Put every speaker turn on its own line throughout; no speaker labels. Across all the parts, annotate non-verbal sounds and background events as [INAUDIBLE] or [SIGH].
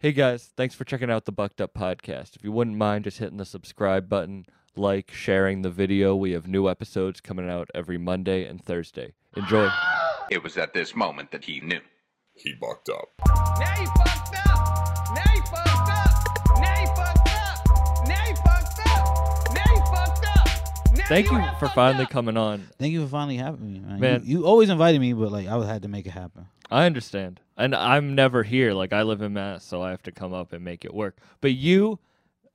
Hey guys, thanks for checking out the Bucked Up Podcast. If you wouldn't mind just hitting the subscribe button, like, sharing the video, we have new episodes coming out every Monday and Thursday. Enjoy.
It was at this moment that he knew.
He bucked up.
Now you fucked up. Now you fucked up. Now you fucked up. Now you fucked up. Now you fucked up. Now
Thank you
have
for
fucked
finally
up.
coming on.
Thank you for finally having me, man.
Man.
You, you always invited me, but like I had to make it happen.
I understand. And I'm never here. Like, I live in Mass, so I have to come up and make it work. But you,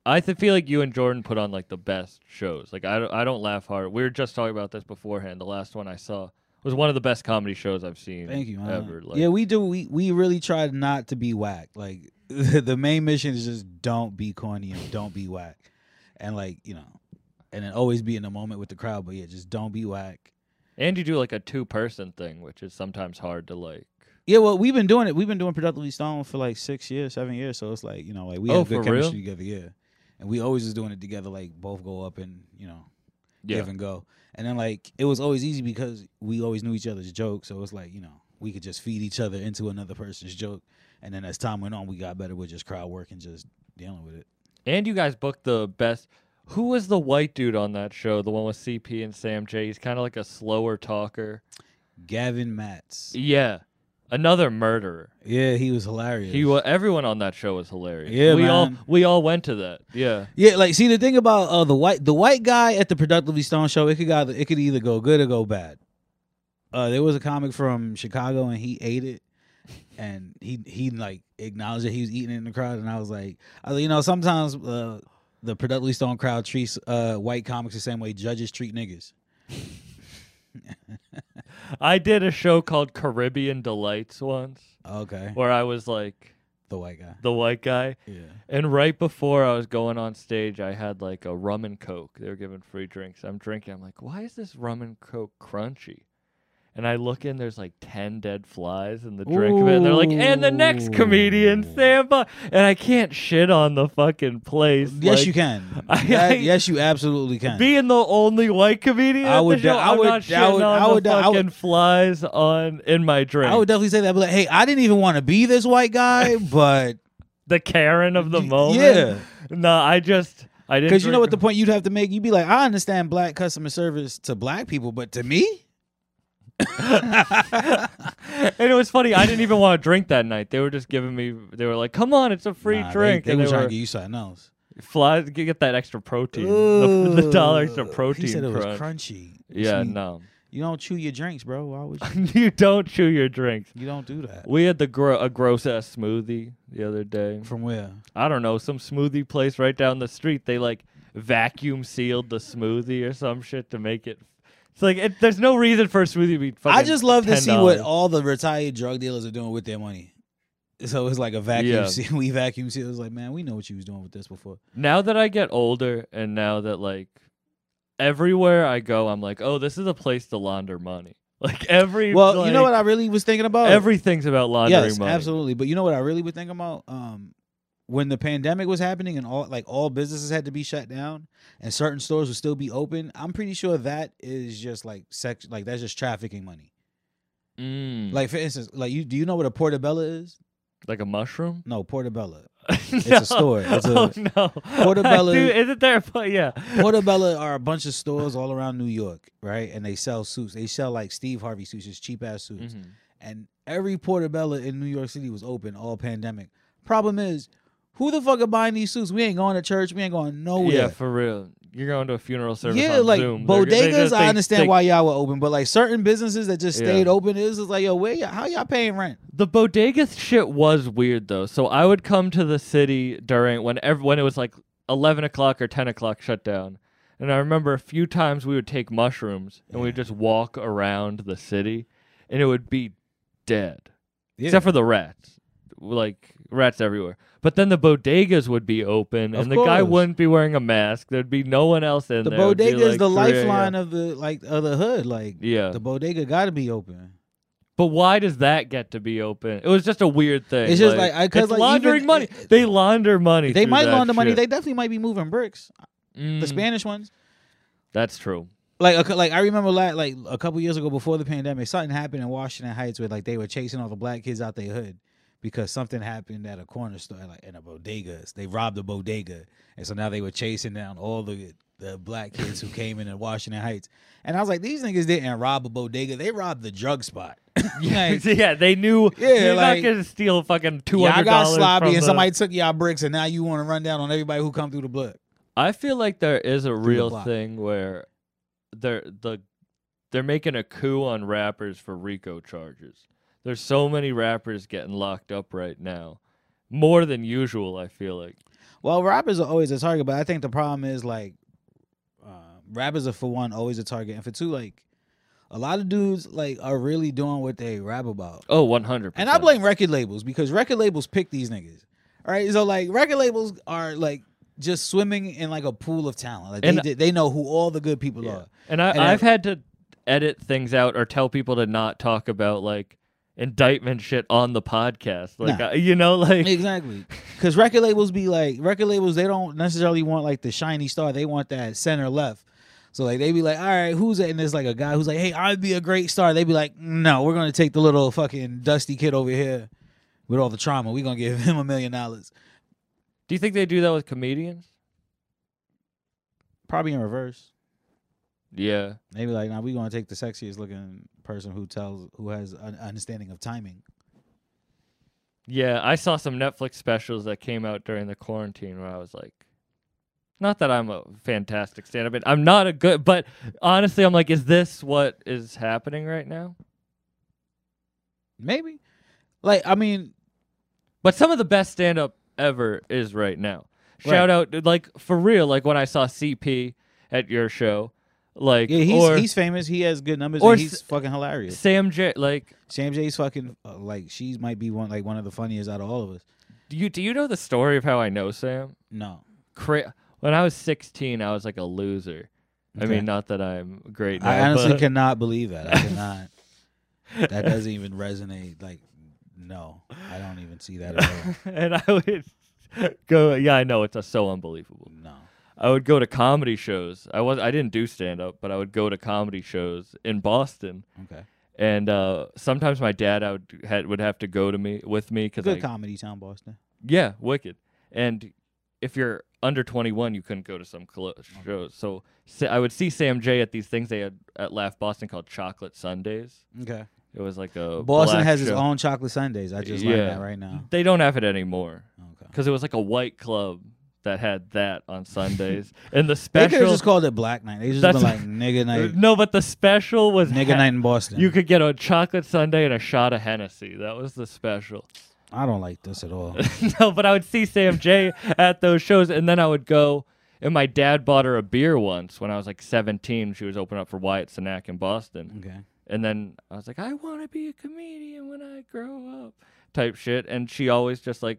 I th- feel like you and Jordan put on like the best shows. Like, I, don't- I don't laugh hard. We were just talking about this beforehand. The last one I saw was one of the best comedy shows I've seen
Thank you, man.
ever. Like,
yeah, we do. We we really try not to be whack. Like [LAUGHS] the main mission is just don't be corny and don't be whack, and like you know, and then always be in the moment with the crowd. But yeah, just don't be whack.
And you do like a two person thing, which is sometimes hard to like.
Yeah, well, we've been doing it. We've been doing productively stone for like six years, seven years. So it's like you know, like we
Oh,
have good
for real?
chemistry together. Yeah, and we always just doing it together. Like both go up and you know,
Yeah.
give and go. And then like it was always easy because we always knew each other's jokes. So it was like, you know, we could just feed each other into another person's joke. And then as time went on, we got better with just crowd work and just dealing with it.
And you guys booked the best. Who was the white dude on that show? The one with CP and Sam J. He's kind of like a slower talker.
Gavin Matz.
Yeah. Another murderer.
Yeah, he was hilarious.
He wa- everyone on that show was hilarious.
Yeah,
we all
man.
we all went to that. Yeah.
Yeah, like see the thing about uh, the white the white guy at the Productively Stone show, it could go it could either go good or go bad. Uh, there was a comic from Chicago and he ate it, and he he like acknowledged that he was eating it in the crowd, and I was like, I was, you know, sometimes uh, the Productively Stone crowd treats uh, white comics the same way judges treat niggas.
I did a show called Caribbean Delights once
Okay,
where I was like
the white guy.
the white guy
Yeah.
and right before I was going on stage I had like a rum and coke. They were giving free drinks. I'm drinking. I'm like, "Why is this rum and coke crunchy?" And I look in, there's like 10 dead flies in the drink of it. And they're like, and the next comedian,
Ooh.
Sam. Bu-" And I can't shit on the fucking place.
Yes,
like,
you can.
[LAUGHS] I-
That-
I-
yes, you absolutely can.
Being the only white comedian,
I
at the
would
show,
doubt- I
I'm
would
not
doubt-
shitting on
I would
the
doubt- I
fucking
would-
flies on in my drink.
I would definitely say that. But like, hey, I didn't even want to be this white guy, [LAUGHS] but
the Karen of the
Y-
moment.
yeah.
No, I just I didn't
Because you know what the
drink-
point you'd have to make? You'd be like, I understand black customer service to black people, but to me?
and it was funny. I didn't even want to drink that night. They were just giving me. They were like, "Come on, it's a free
Nah, they-
drink."
They,
and
were
they
trying
were
to get you something else.
flies. Get get that extra protein. The, the dollar extra
Ugh.
protein.
He said it
crunch.
was crunchy. Which
Yeah,
mean-
no. [LAUGHS]
You don't chew your drinks, bro. Why would you? [LAUGHS]
you don't chew your drinks.
you don't do
[LAUGHS]
that.
We had the gro- a gross ass smoothie the other day.
From where?
I don't know, some smoothie place right down the street. They like vacuum sealed the smoothie or some shit to make it. It's like it, there's no reason for a smoothie to be fucking.
I just love to see
$10.
what all the retired drug dealers are doing with their money. So it's like a vacuum
Yeah.
seal. [LAUGHS] We vacuum seal. It's like, man, we know what you was doing with this before.
now that I get older and now that like everywhere I go, I'm like, oh, this is a place to launder money. [LAUGHS] Like every
Well, you know
like,
what I really was thinking about?
everything's about laundering
yes,
money.
absolutely. But you know what I really would think about? Um, when the pandemic was happening and all like all businesses had to be shut down and certain stores would still be open, I'm pretty sure that is just like sex, like that's just trafficking money.
Mm, like
Like for instance, like you do you know what a portabella is?
a mushroom. [LAUGHS]
No, portabella.
it's
a store. It's a-
oh no. [LAUGHS]
Portobello-
Dude, is it there? But yeah.
Portabella are a bunch of stores all around New York, right? And they sell suits. They sell like Steve Harvey suits, just cheap ass suits.
Mhm.
and every portabella in New York City was open all pandemic. Problem is, who the fuck are buying these suits? We ain't going to church. We ain't going nowhere.
Yeah, for real. You're going to a funeral service.
Oh, yeah,
on
like
Zoom. They're-
bodegas,
they just-
I
they-
understand
they-
why y'all were open, but like certain businesses that just
Yeah.
stayed open is is like, yo, where y'all, how y'all paying rent?
The bodega shit was weird though. So I would come to the city during when ev- when it was like eleven o'clock or ten o'clock shutdown, and I remember a few times we would take mushrooms and we'd just walk around the city, and it would be dead
Yeah.
except for the rats, like rats everywhere. But then the bodegas would be open,
Of
and the guy
course.
wouldn't be wearing a mask. There'd be no one else in
the
there. It would be,
bodega
like,
is the
3 a.m..
lifeline of the like of the hood. Like
yeah.
the bodega got to be open.
But why does that get to be open? It was just a weird thing.
It's just like- I- 'cause,
it's
like,
laundering
even-
money.
it-
They launder money.
They
through
might
that
loan the money.
shit.
They definitely might be moving bricks.
Mm,
The Spanish ones.
That's true.
[LAUGHS] Like, a cou- like I remember la like a couple years ago before the pandemic, something happened in Washington Heights where like they were chasing all the black kids out their hood because something happened at a corner store, like in a bodega. They robbed a bodega, and so now they were chasing down all the the black kids who came in in Washington Heights. And I was like, these niggas didn't rob a bodega; they robbed the drug spot. [LAUGHS]
Yeah, [LAUGHS]
Like,
yeah, they knew
Yeah,
you're
like,
not gonna steal fucking two
y'all
hundred
got
dollars.
sloppy, and
the...
somebody took y'all bricks, and now you want to run down on everybody who come through the block.
I feel like there is a real
block.
thing where they're the they're making a coup on rappers for RICO charges. There's so many rappers getting locked up right now, more than usual. I feel like.
Well, rappers are always a target, but I think the problem is like uh, rappers are for one always a target, and for two, like a lot of dudes like are really doing what they rap about.
Oh, 100.
And I blame record labels because record labels pick these niggas. All right, so like record labels are like just swimming in like a pool of talent. Like they
And-
they, they know who all the good people are.
And I,
And
I've
I-
had to edit things out or tell people to not talk about like indictment shit on the podcast. Like
Nah.
I, you know, like
Exactly, because record labels be like record labels. They don't necessarily want like the shiny star. They want that center left. So like they be like, all right, who's that? And there's like a guy who's like, hey, I'd be a great star. They be like, no, we're gonna take the little fucking dusty kid over here with all the trauma. We gonna give him a million dollars,
do you think they do that with comedians?
probably in reverse.
Yeah.
Maybe like, now we gonna take the sexiest looking person who tells who has an understanding of timing.
Yeah, I saw some Netflix specials that came out during the quarantine where I was like, not that I'm a fantastic stand up, I'm not a good, but honestly, I'm like, is this what is happening right now?
Maybe, like, I mean,
But some of the best stand up ever is right now.
Right.
Shout out, like, for real, like when I saw CP at your show, like,
yeah, he's
or
he's famous. He has good numbers.
or
and he's
s-
fucking hilarious.
Sam J, like,
Sam J's fucking uh, like she might be one like one of the funniest out of all of us.
do you, do you know the story of how I know Sam?
No,
Cra- when I was 16, I was like a loser. I
Okay.
mean, not that I'm great now.
I honestly
but-
cannot believe that. I cannot. that doesn't even resonate. Like, no, I don't even see that
[LAUGHS]
at all.
[LAUGHS] and I would go. Yeah, I know it's uh, so unbelievable.
No,
I would go to comedy shows. I was I didn't do stand up, but I would go to comedy shows in Boston,
okay.
and uh, sometimes my dad I would had, would have to go to me with me because
Good
I
comedy town, Boston.
yeah, wicked. And if you're under 21, you couldn't go to some clo- shows. So sa- I would see Sam J at these things they had at Laugh Boston called Chocolate Sundays.
Okay,
It was like a
Boston
black
has its
show.
own chocolate sundays. I just
Yeah.
learned that right now.
They don't have it anymore.
Okay,
because it was like a white club that had that
[LAUGHS]
on Sundays, and the
they could
special.
have just called it Black Night. They just
That's-
been like
[LAUGHS]
nigga night,
no, but the special was
nigga
Hen-
night in Boston.
You could get a chocolate sundae and a shot of Hennessy. That was the special.
I don't like this at
[LAUGHS]
all.
no, but I would see Sam J at those shows, and then I would go. And my dad bought her a beer once when I was like 17. She was opening up for Wyatt Cenac in Boston.
Okay,
And then I was like, I want to be a comedian when I grow up, type shit. And she always just like,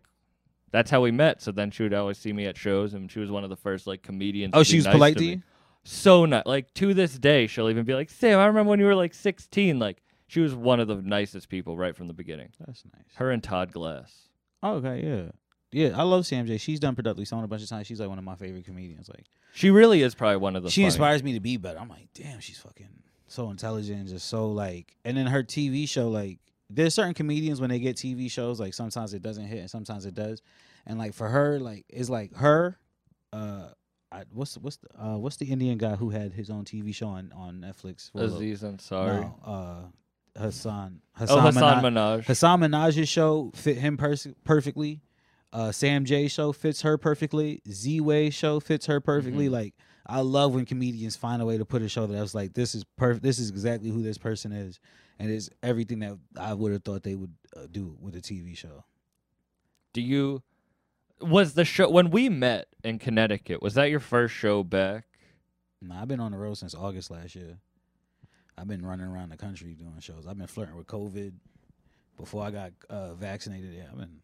that's how we met. So then she would always see me at shows, and she was one of the first like comedians.
Oh,
to
she
be
was
nice
polite
to,
to
me.
you?
So not like to this day, she'll even be like, Sam, I remember when you were like 16. Like she was one of the nicest people right from the beginning.
that's nice.
Her and Todd Glass.
Oh, Okay, yeah. Yeah, I love Sam J. She's done productively Stone a bunch of times. She's like one of my favorite comedians. Like
She really is probably one of the.
she
funny-
inspires me to be better. I'm like, damn, she's fucking so intelligent and just so like and then her TV show, like there's certain comedians when they get TV shows, like sometimes it doesn't hit and sometimes it does. And like for her, like it's like her, uh I, what's what's the uh what's the Indian guy who had his own TV show on, on Netflix for a little-
Aziz Ansari.
No, uh Hassan
Oh, Hassan
Minaj-
Minaj.
Hassan Minaj's show fit him pers- perfectly. Uh, Sam J's show fits her perfectly. Z Way's show fits her perfectly. Like I love when comedians find a way to put a show that I was like, this is perfect. This is exactly who this person is, and it's everything that I would have thought they would uh, do with a TV show.
Do you was the show when we met in Connecticut? Was that your first show back?
Nah, I've been on the road since August last year. I've been running around the country doing shows. I've been flirting with COVID before I got uh, vaccinated. Yeah, I've been.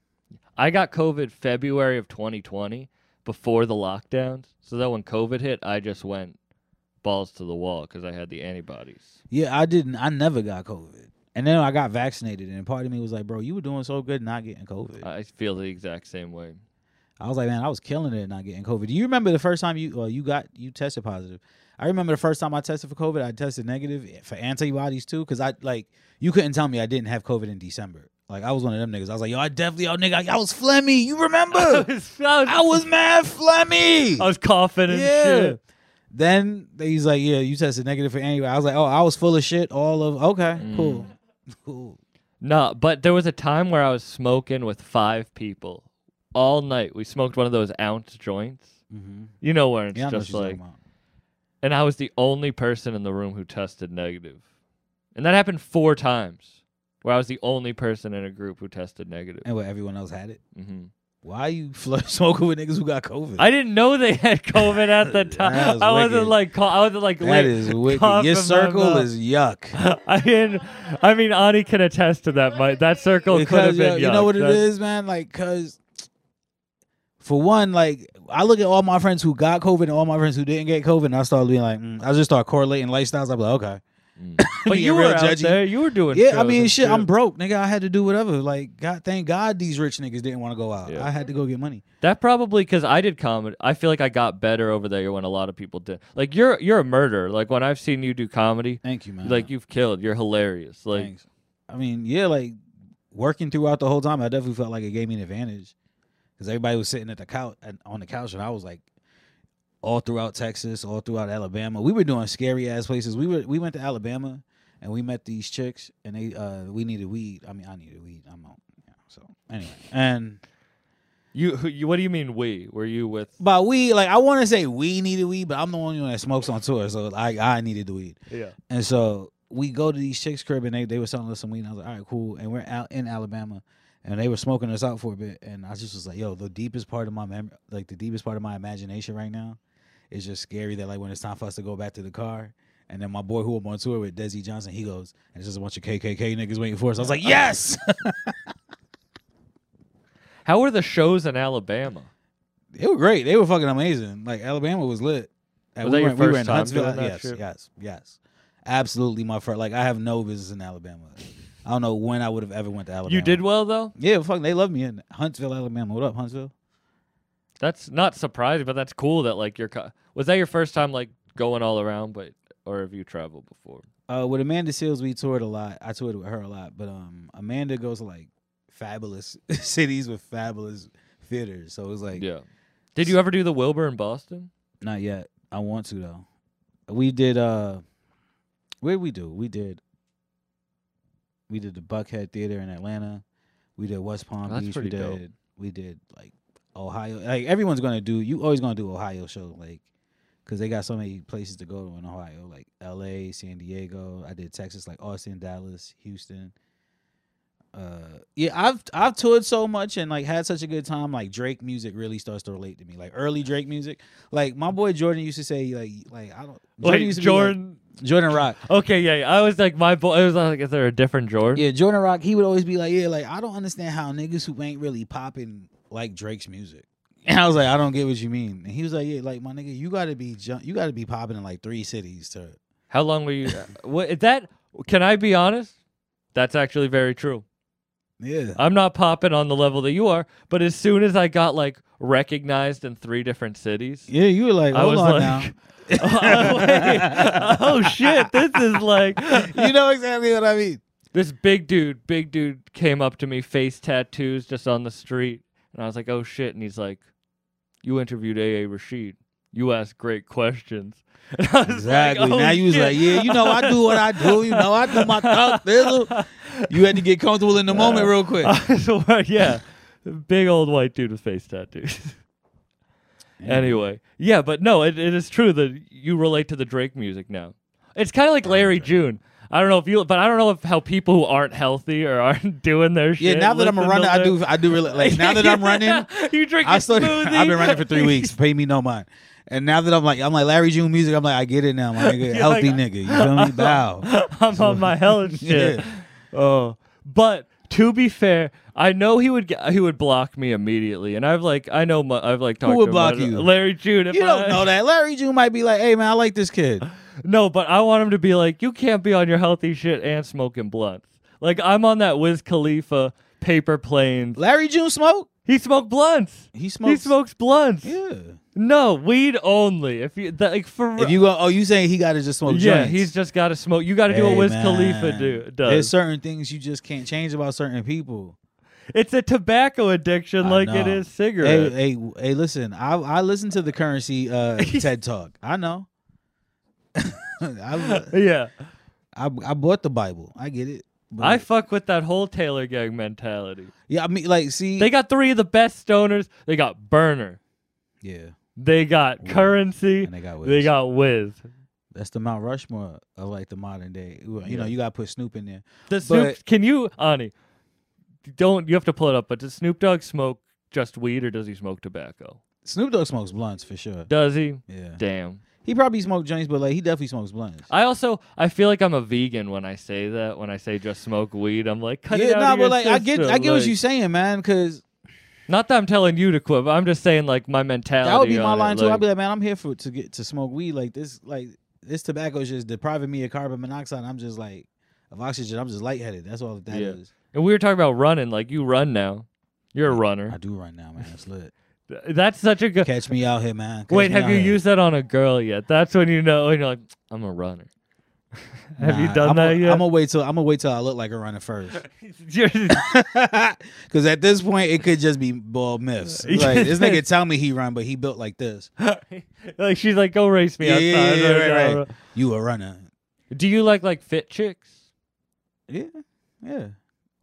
I got COVID February of 2020 before the lockdowns. So that when COVID hit, I just went balls to the wall because I had the antibodies.
Yeah, I didn't. I never got COVID, and then I got vaccinated, and part of me was like, "Bro, you were doing so good not getting COVID."
I feel the exact same way.
I was like, "Man, I was killing it not getting COVID." Do you remember the first time you well, you got you tested positive? I remember the first time I tested for COVID, I tested negative for antibodies too, because I like you couldn't tell me I didn't have COVID in December. Like I was one of them niggas. I was like, yo, I definitely, yo, nigga, I was Flemmy. You
[LAUGHS] I
remember?
was, I was-
I was mad Flemmy.
I was coughing and shit.
Then they- he's like, yeah, you tested negative for anyway. I was like, oh, I was full of shit. All of okay,
Mm.
cool, [LAUGHS] cool.
No, but there was a time where I was smoking with five people all night. We smoked one of those ounce joints.
Mm-hmm.
You know where it's
Yeah, I know what
just
she's talking
like,
about.
and I was the only person in the room who tested negative, and that happened four times, where I was the only person in a group who tested negative.
And what everyone else had it.
hmm
Why you [LAUGHS] fl- smoking with niggas who got COVID?
I didn't know they had [LAUGHS] COVID at the
That
time.
is
I wasn't
wicked.
like, ca- I wasn't like,
that
lit- [LAUGHS]
is wicked.
cough
Your
in my
circle
mouth.
is yuck.
[LAUGHS] I mean, I mean, Ani can attest to that. My that circle could
because
have
you know,
been.
you know
yuck.
what it
That-
is, man. Like, cause for one, like I look at all my friends who got COVID and all my friends who didn't get COVID, and I start being like, mm. I just start correlating lifestyles. I'm like, okay,
Mm. But
[LAUGHS] Being
you were
real
out
judgy.
there. You were doing.
yeah. I
shows
mean,
and
shit, I'm broke, nigga. I had to do whatever. Like, God, thank God these rich niggas didn't want to go out.
Yeah.
I had to go get money.
That probably because I did comedy. I feel like I got better over there when a lot of people did. Like you're you're a murderer. Like when I've seen you do comedy,
Thank you, man.
like you've killed. You're hilarious. Like
Thanks. I mean, yeah, like working throughout the whole time, I definitely felt like it gave me an advantage because everybody was sitting at the couch and on the couch, and I was like, all throughout Texas, all throughout Alabama, we were doing scary ass places. We were we went to Alabama and we met these chicks, and they uh we needed weed. I mean, I needed weed. I'm out. Yeah, so anyway, and
you, who- you. What do you mean we? Were you with?
by we like I want to say we needed weed, but I'm the only one that smokes on tour, so I I needed the weed.
Yeah.
And so we go to these chicks' crib and they, they were selling us some weed. And I was like, all right, cool. And we're out in Alabama and they were smoking us out for a bit. And I just was like, yo, the deepest part of my mem- like the deepest part of my imagination right now is just scary that like when it's time for us to go back to the car. And then my boy who I'm on tour with, Desi Johnson, he goes, and it's just a bunch of KKK niggas waiting for us. I was like, yes.
How were the shows in Alabama?
they were great. They were fucking amazing. Like Alabama was lit. And
Was
we
that your
were- we were
first
in
time
Huntsville.
doing that
yes,
shit?
yes, yes. Absolutely my first. Like I have no business in Alabama. I don't know when I would have ever went to Alabama.
You did well though.
Yeah, fuck, they love me in Huntsville, Alabama. What up, Huntsville?
That's not surprising, but that's cool that like your co- was that your first time like going all around, but or have you traveled before?
Uh, with Amanda Seals, we toured a lot. I toured with her a lot, but um, Amanda goes to like fabulous [LAUGHS] cities with fabulous theaters. So it's like,
Yeah. Did you ever do the Wilbur in Boston?
not yet. I want to though. We did. uh Where did we do? We did. We did the Buckhead Theater in Atlanta. We did West Palm
Oh, that's
Beach. We
pretty
did.
dope.
We did like Ohio. Like everyone's gonna do. You always gonna do Ohio show like. Cause they got so many places to go to in Ohio, like L.A., San Diego. I did Texas, like Austin, Dallas, Houston. Uh, yeah, I've I've toured so much and like had such a good time. Like Drake music really starts to relate to me. Like early Drake music. Like my boy Jordan used to say, like like I don't.
Wait,
used to be
Jordan.
like- Jordan Rock.
[LAUGHS] Okay, yeah, yeah. I was like, my boy. I was like, is there a different Jordan?
Yeah, Jordan Rock. He would always be like, yeah, like I don't understand how niggas who ain't really popping like Drake's music. [LAUGHS] And I was like, I don't get what you mean. And he was like, yeah, like my nigga, you gotta be jump, you gotta be popping in like three cities to
How long were you? what is that? Can I be honest? That's actually very true.
yeah.
I'm not popping on the level that you are, but as soon as I got like recognized in three different cities,
Yeah, you were like,
I
hold
was
on
[LAUGHS] like, oh, wait. Oh, shit, this is like
now. you know exactly what I mean.
this big dude. Big dude came up to me, face tattoos, just on the street, and I was like, oh shit, and he's like, you interviewed A.A. Rashid. You asked great questions. And I was like,
Exactly.
"Oh,
now you was
shit."
like, yeah, you know, I do what I do. You know, I do my thug thizzle. You had to get comfortable in the moment real quick.
[LAUGHS] So, uh, yeah, big old white dude with face tattoos. [LAUGHS] anyway, yeah, but no, it, it is true that you relate to the Drake music now. It's kind of like Larry June. I don't know if you, but I don't know if how people who aren't healthy or aren't [LAUGHS] doing their
Yeah,
shit.
now that I'm a
listen to
runner, I
their- [LAUGHS]
do, I do really like. Now that I'm running,
you drink
I
a
started,
smoothie.
I've been running
[LAUGHS]
for three weeks. Pay me no mind. And now that I'm like, I'm like Larry June music. I'm like, I get it now, my
[LAUGHS]
nigga.
You're
Healthy
like,
nigga. You feel me?
[LAUGHS]
Bow.
I'm on my hella
[LAUGHS]
shit.
Yeah.
Oh, but to be fair, I know he would get, he would block me immediately, and I've like I know mu- I've like talked
would
to him about
block
it.
you?
Larry June. if
You
I-
don't know that. Larry June might be like, hey man, I like this kid.
No, but I want him to be like, you can't be on your healthy shit and smoking blunts. Like I'm on that Wiz Khalifa paper planes.
Larry June smoke.
He smoked blunts.
He smokes.
He smokes blunts.
Yeah.
No, weed only. If you that, like for
If you go, oh, you saying he got to just smoke?
yeah,
joints.
he's just got to smoke. You got to do what
Hey,
Wiz Khalifa
man.
do,
There's
does.
certain things you just can't change about certain people.
It's a tobacco addiction,
I
like it
know.
is cigarette.
Hey, hey, hey, listen. I I listen to the
[LAUGHS]
currency uh, TED talk. I know. [LAUGHS] I,
yeah,
I I bought the Bible. I get it. But-
I fuck with that whole Taylor gang mentality.
yeah, I mean, like, see,
They got three of the best stoners. They got Burner.
yeah,
They got
Ooh.
Currency.
and they got
They
Wiz.
got Wiz.
that's the Mount Rushmore of like the modern day. You
Yeah.
know, you gotta put Snoop in there.
The Snoop,
But-
can you, Ani? Don't you have to pull it up? But does Snoop Dogg smoke just weed, or does he smoke tobacco?
Snoop Dogg smokes blunts for sure.
Does he?
Yeah,
Damn.
he probably smoked joints, but like he definitely smokes blunts.
I also I feel like I'm a vegan when I say that. When I say just smoke weed, I'm like, cut it
yeah,
out
nah,
of your
but like I get,
system,
I get what
like-
you saying, man. Because
Not that I'm telling you to quit, but I'm just saying like my mentality.
that would be my
on it,
line too. I'd
like-
be like, man, I'm here for to get to smoke weed. Like this, like this tobacco is just depriving me of carbon monoxide. I'm just like of oxygen. I'm just lightheaded. That's all that that is.
Yeah. and we were talking about running. Like you run now. You're a
I
runner.
do right now, man. It's lit.
Th- That's such a good.
Catch me out here, man. Catch
Wait,
me
have
out
you
here.
used that on a girl yet? That's when you know. And you're like, I'm a runner. [LAUGHS] have you
Nah,
done
I'm
that
a,
yet?
I'm gonna wait till I'm gonna wait till I look like a runner first.
[LAUGHS]
[LAUGHS]
You're-
Because at this point, it could just be bald
[LAUGHS]
myths. Like this nigga tell me he run, but he built like this.
[LAUGHS] like she's like, go race me
Yeah,
outside.
yeah, yeah,
right
right,
now."
right. You a runner?
Do you like like fit chicks?
Yeah, yeah.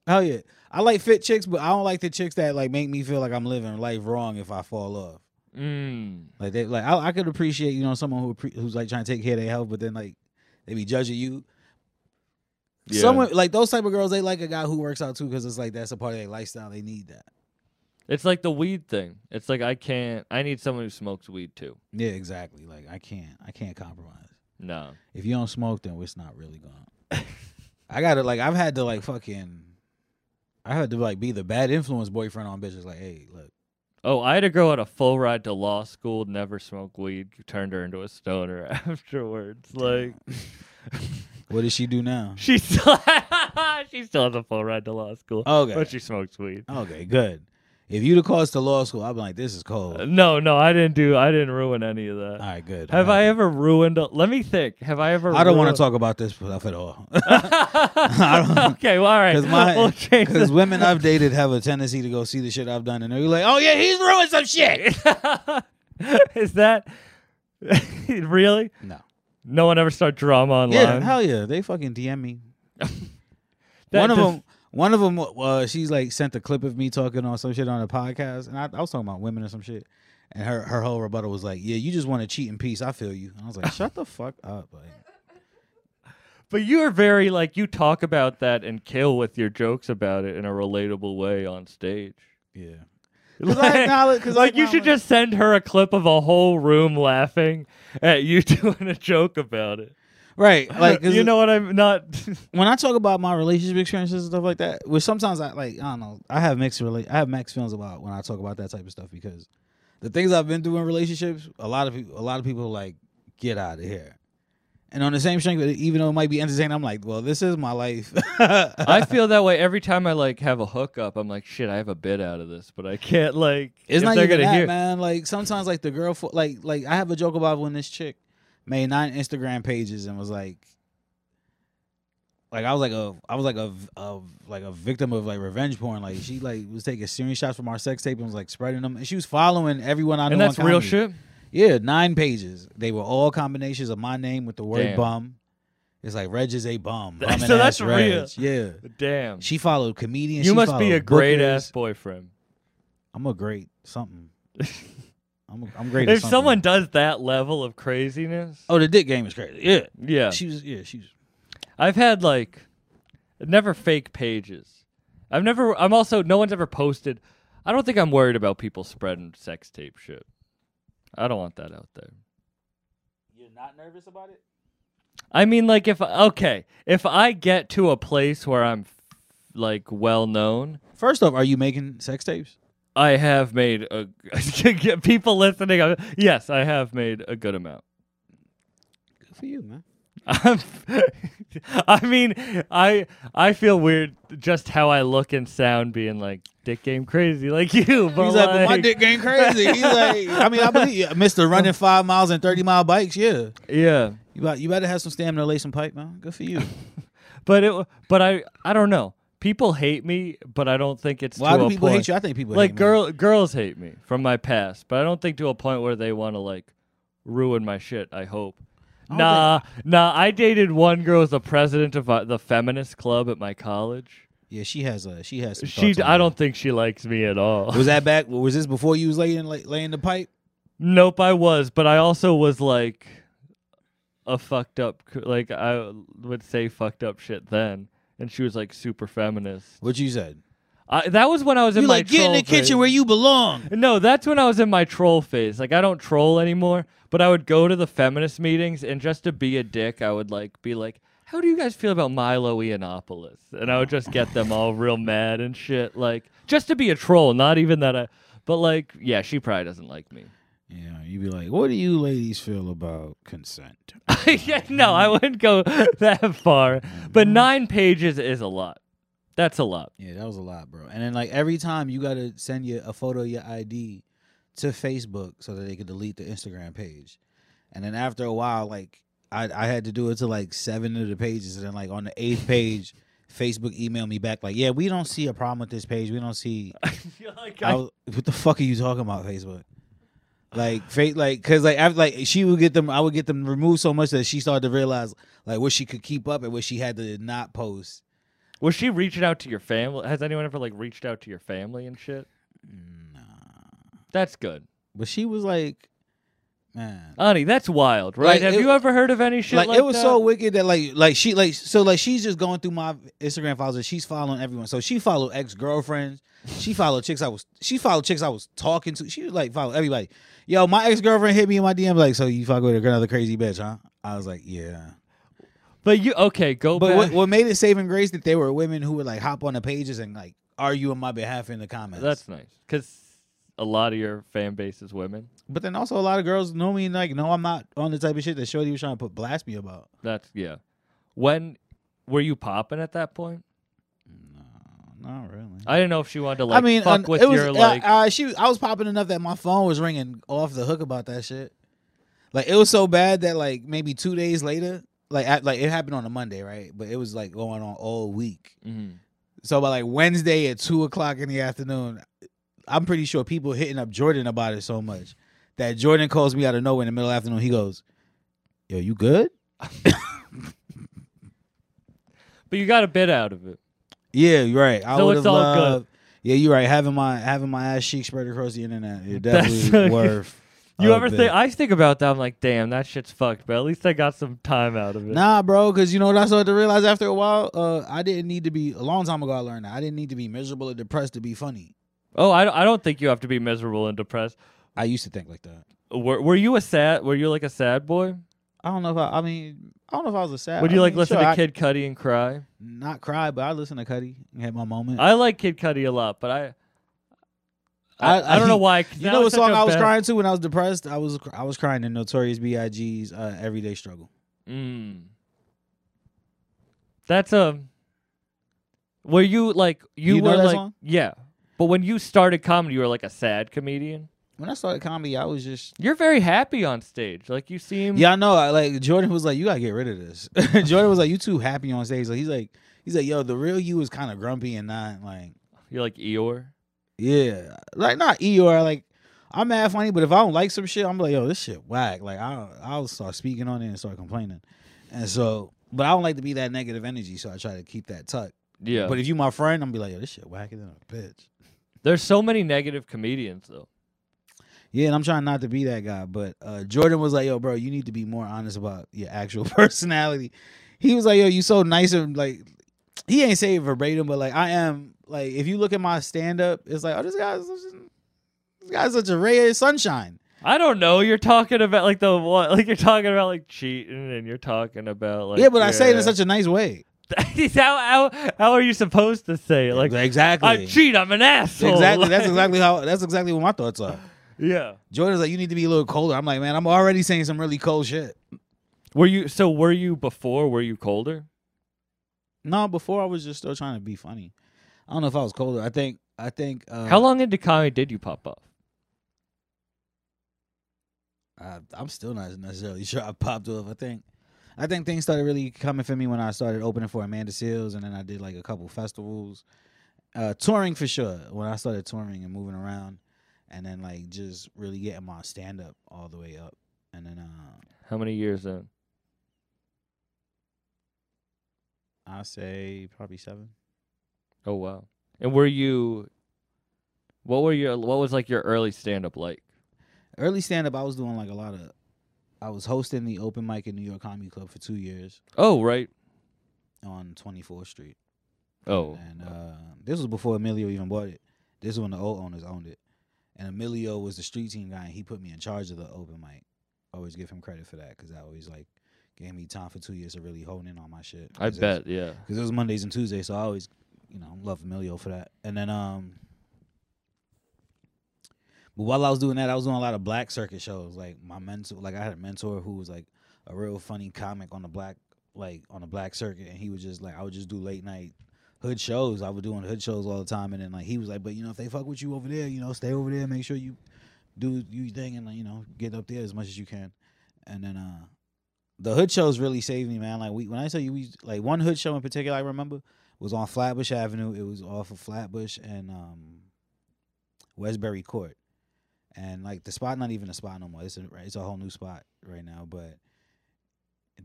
Hell yeah. I like fit chicks, but I don't like the chicks that like make me feel like I'm living life wrong if I fall off.
Mm.
Like they like I, I could appreciate you know someone who appre- who's like trying to take care of their health, but then like they be judging you.
Yeah.
Someone like those type of girls, they like a guy who works out too because it's like that's a part of their lifestyle. They need that.
It's like the weed thing. It's like I can't. I need someone who smokes weed too.
Yeah, exactly. Like I can't, I can't compromise.
No.
If you don't smoke, then it's not really gone. I gotta like, I've had to like fucking, I had to like be the bad influence boyfriend on bitches. Like, hey, look,
Oh, I had a girl at a full ride to law school, never smoked weed, turned her into a stoner [LAUGHS] afterwards. Like [LAUGHS]
what does she do now?
she still [LAUGHS] she still has a full ride to law school.
Okay.
But she smokes weed.
Okay, good. If you'd have caused to law school, I'd be like, this is cold.
Uh,
All
No, no, I didn't do I didn't ruin any of that.
right, good.
Have I
I'm
ever ruined a, let me think. Have I ever
happy. I don't want to
ruined-
talk about this stuff at
[LAUGHS]
all. don't-
okay, well, all
[LAUGHS]
right.
Because
[LAUGHS]
my,
we'll change
because
the- [LAUGHS]
women I've dated have a tendency to go see the shit I've done, and they're like, "Oh yeah, he's ruined some
[LAUGHS]
shit."
Is that [LAUGHS] really?
No.
No one ever start drama online.
Yeah, hell yeah, they fucking DM me.
That
one of
does-
them, one of them, uh, she's like sent a clip of me talking on some shit on a podcast, and I, I was talking about women or some shit, and her her whole rebuttal was like, "Yeah, you just want to cheat in peace. I feel you." And I was like, "Shut the fuck up!" Like,
But you are very like you talk about that and kill with your jokes about it in a relatable way on
[LAUGHS]
stage.
yeah, 'Cause I
Like,
acknowledge- 'cause
[LAUGHS]
I
like you should
acknowledge-
just send her a clip of a whole room laughing at you [LAUGHS] doing a joke about it.
right. [LAUGHS] Like, 'cause
you know what I'm not.
[LAUGHS] when I talk about my relationship experiences and stuff like that, which sometimes I like, I don't know, I have mixed rela- I have mixed feelings about when I talk about that type of stuff because the things I've been through in relationships, a lot of people, a lot of people like get out of here. And on the same strength, even though it might be entertaining, I'm like, well, this is my life. [LAUGHS]
I feel that way every time I like have a hookup. I'm like, shit, I have a bit out of this, but I can't like.
It's
if
not
they're
even
gonna
that,
hear.
man. Like sometimes, like the girl, fo- like like I have a joke about when this chick made nine Instagram pages and was like, like I was like a I was like a v- of like a victim of like revenge porn. Like she like was taking screenshots from our sex tape and was like spreading them, and she was following everyone I know.
And that's
on
real
comedy.
shit.
Yeah, nine pages. They were all combinations of my name with the word
Damn.
bum. It's like Reg is
[LAUGHS]
a bum.
So
Bum and
that's
ass Reg.
real.
Yeah,
Damn.
she followed comedians.
you
she
must be
followed
a great
bookers.
ass boyfriend.
I'm a great [LAUGHS] something. I'm a, I'm great. at
If
something.
someone does that level of craziness,
oh, the dick game is crazy. Yeah,
yeah,
she was. Yeah, she was.
I've had like never fake pages. I've never. I'm also no one's ever posted. I don't think I'm worried about people spreading sex tape shit. I don't want that out there.
You're not nervous about it.
I mean, like if okay, if I get to a place where I'm like well known,
First off, are you making sex tapes?
I have made a [LAUGHS] people listening. I- yes, I have made a good amount.
Good for you, man.
I'm- I mean, I I feel weird just how I look and sound being like dick game crazy like [LAUGHS] you, but
He's like, but my
like-
dick ain't crazy. He's like, I mean, I believe you. [LAUGHS] Mister running five miles and thirty mile bikes. Yeah,
yeah.
you about, you better have some stamina, to lay some pipe, man. Good for [LAUGHS] you.
But it but I I don't know. People hate me, but I don't think it's
Why
to
do
a
people
point.
hate you? I think people
like
hate me.
girl girls hate me from my past, but I don't think to a point where they want to like ruin my shit. I hope.
don't
nah, nah. I dated one girl who's the president of uh, the feminist club at my college.
Yeah, she has a she has. Some
She,
thoughts on
I
that.
don't think she likes me at all.
[LAUGHS] Was that back? Was this before you was laying lay- laying the pipe?
nope, I was, but I also was like a fucked up. c- Like I would say fucked up shit then, and she was like super feminist.
What you said?
I, that was when I was
You
in my
like get in
troll
the
phase.
kitchen where you belong.
No, that's when I was in my troll phase. Like I don't troll anymore, but I would go to the feminist meetings and just to be a dick, I would like be like, "How do you guys feel about Milo Yiannopoulos?" And I would just get them all real mad and shit, like just to be a troll. Not even that I, but like, yeah, she probably doesn't like me.
Yeah, you be like, what do you ladies feel about consent?
[LAUGHS] yeah, no, I wouldn't go [LAUGHS] that far. But
Mm.
nine pages is a lot. That's a lot. [LAUGHS]
Yeah, that was a lot, bro. And then like every time you gotta send you a photo of your ID to Facebook so that they could delete the Instagram page. And then after a while, like I, I had to do it to like seven of the pages, and then like on the eighth page, Facebook emailed me back like, "Yeah, we don't see a problem with this page. We don't see."
You're like,
I
I-
was, what the fuck are you talking about, Facebook? Like, fate, like, cause like, after, like she would get them, I would get them removed so much that she started to realize like what she could keep up and what she had to not post.
was she reaching out to your family? Has anyone ever like reached out to your family and shit? That's good.
But she was like, man,
Ani, that's wild, right?
Like,
Have
it-
you ever heard of any shit like,
like, it was
that?
so wicked that like, like she like so like she's just going through my Instagram files and she's following everyone. So she followed ex girlfriends, she followed chicks I was, she followed chicks I was talking to. She was like followed everybody. Yo, my ex girlfriend hit me in my DM like, so you fuck with another crazy bitch, huh? I was like, yeah.
But you okay? Go
But
back.
what, what made it saving grace that they were women who would like hop on the pages and like argue on my behalf in the
[LAUGHS]
comments.
That's nice because a lot of your fan base is women.
but then also a lot of girls know me and like no, I'm not on the type of shit that Shorty was trying to put blast me about.
That's yeah. When were you popping at that point?
Not really.
I didn't know if she wanted to like
I mean,
fuck
uh,
with
it was,
your
uh,
like.
uh, she. I was popping enough that my phone was ringing off the hook about that shit. Like it was so bad that like maybe two days later, like at, like it happened on a Monday, right? But it was like going on all week.
mhm.
So by like Wednesday at two o'clock in the afternoon, I'm pretty sure people hitting up Jordan about it so much that Jordan calls me out of nowhere in the middle of the afternoon. He goes, "Yo, you good?"
But you got a bit out of it.
Yeah, you're right. I
So
would
it's
have
all good.
loved. Yeah, you're right. Having my having my ass cheek spread across the internet,
[LAUGHS]
it
That's
definitely
okay.
worth.
[LAUGHS] You
a
ever
bit.
think? I think about that. I'm like, damn, that shit's fucked. But at least I got some time out of it.
Nah, bro, because you know what I started to realize after a while? Uh, I didn't need to be, a long time ago, I learned that. I didn't need to be miserable or depressed to be funny.
Oh, I, don't- I don't think you have to be miserable and depressed.
I used to think like that.
Were, were you a sad? Were you like a sad boy?
I don't know if I, I mean, I don't know if I was a sad.
Would you
I
like
mean,
listen
Uh, sure,
to
I-
Kid Cudi and cry?
Not cry, but I listened to Cuddy and had my moment.
I like Kid Cudi a lot, but I I,
I-
I, don't know why. 'cause
you
that
know
was
what
such
song
a
I was
bad-
crying to when I was depressed? I was I was crying to Notorious B.I.G.'s uh, Everyday Struggle.
Mm. That's a. Were you like you,
You know
were
that
like
song?
yeah, but when you started comedy, you were like a sad comedian.
When I started comedy, I was just
You're very happy on stage. Like you seem
Yeah, I know. I, like Jordan was like, "You gotta get rid of this." [LAUGHS] Jordan was like, "You too happy on stage." Like he's like, he's like, "Yo, the real you is kind of grumpy and not like
You're like Eeyore.
Yeah, like not Eeyore. Like I'm mad funny, but if I don't like some shit, I'm like, yo, this shit whack. Like I I'll start speaking on it and start complaining. And so, but I don't like to be that negative energy, so I try to keep that tuck.
Yeah,
But if you my friend, I'm be like, yo, this shit whack it in a bitch.
there's so many negative comedians though.
Yeah, and I'm trying not to be that guy. But uh, Jordan was like, yo, bro, you need to be more honest about your actual [LAUGHS] personality. He was like, yo, you so nice and like. He ain't say it verbatim, but like I am like if you look at my stand up, it's like, oh, this guy's this guy's such a ray of sunshine.
I don't know. You're talking about like the one, like you're talking about like cheating, and you're talking about like
yeah, but I say it in such a nice way.
[LAUGHS] how how how are you supposed to say it? Like
exactly,
I cheat. I'm an asshole.
exactly. That's
[LAUGHS] Like,
exactly how. That's exactly what my thoughts are.
Yeah.
Jordan's like, you need to be a little colder. I'm like, man, I'm already saying some really cold shit.
Were you so? Were you before? Were you colder?
No, before I was just still trying to be funny. I don't know if I was colder. I think I think uh,
How long into comedy did you pop off?
I, I'm still not necessarily [LAUGHS] sure I popped off. I think I think things started really coming for me when I started opening for Amanda Seals, and then I did like a couple festivals, uh, touring for sure. When I started touring and moving around, and then like just really getting my stand up all the way up, and then uh,
How many years in?
I say probably seven.
Oh wow! And were you? What were your? What was like your early stand up like?
Early stand up, I was doing like a lot of. I was hosting the open mic in New York Comedy Club for two years
Oh right.
on 24th Street.
Oh.
And uh, this was before Emilio even bought it. This is when the old owners owned it. And Emilio was the street team guy, and he put me in charge of the open mic. Always give him credit for that because I always like gave me time for two years to really hone in on my shit.
I bet. Yeah.
because it was Mondays and Tuesdays, so I always, you know, love Emilio for that. And then, um, but while I was doing that, I was doing a lot of black circuit shows. Like my mentor, like I had a mentor who was like a real funny comic on the black, like on the black circuit, and he was just like, I would just do late night hood shows. I was doing hood shows all the time, and then like he was like, but you know, if they fuck with you over there, you know, stay over there, make sure you do you thing, and like, you know, get up there as much as you can. And then, uh, the hood shows really saved me, man. Like we, when I tell you, we like one hood show in particular, I remember was on Flatbush Avenue. It was off of Flatbush and um, Westbury Court, and like the spot, not even a spot no more. It's a it's a whole new spot right now. But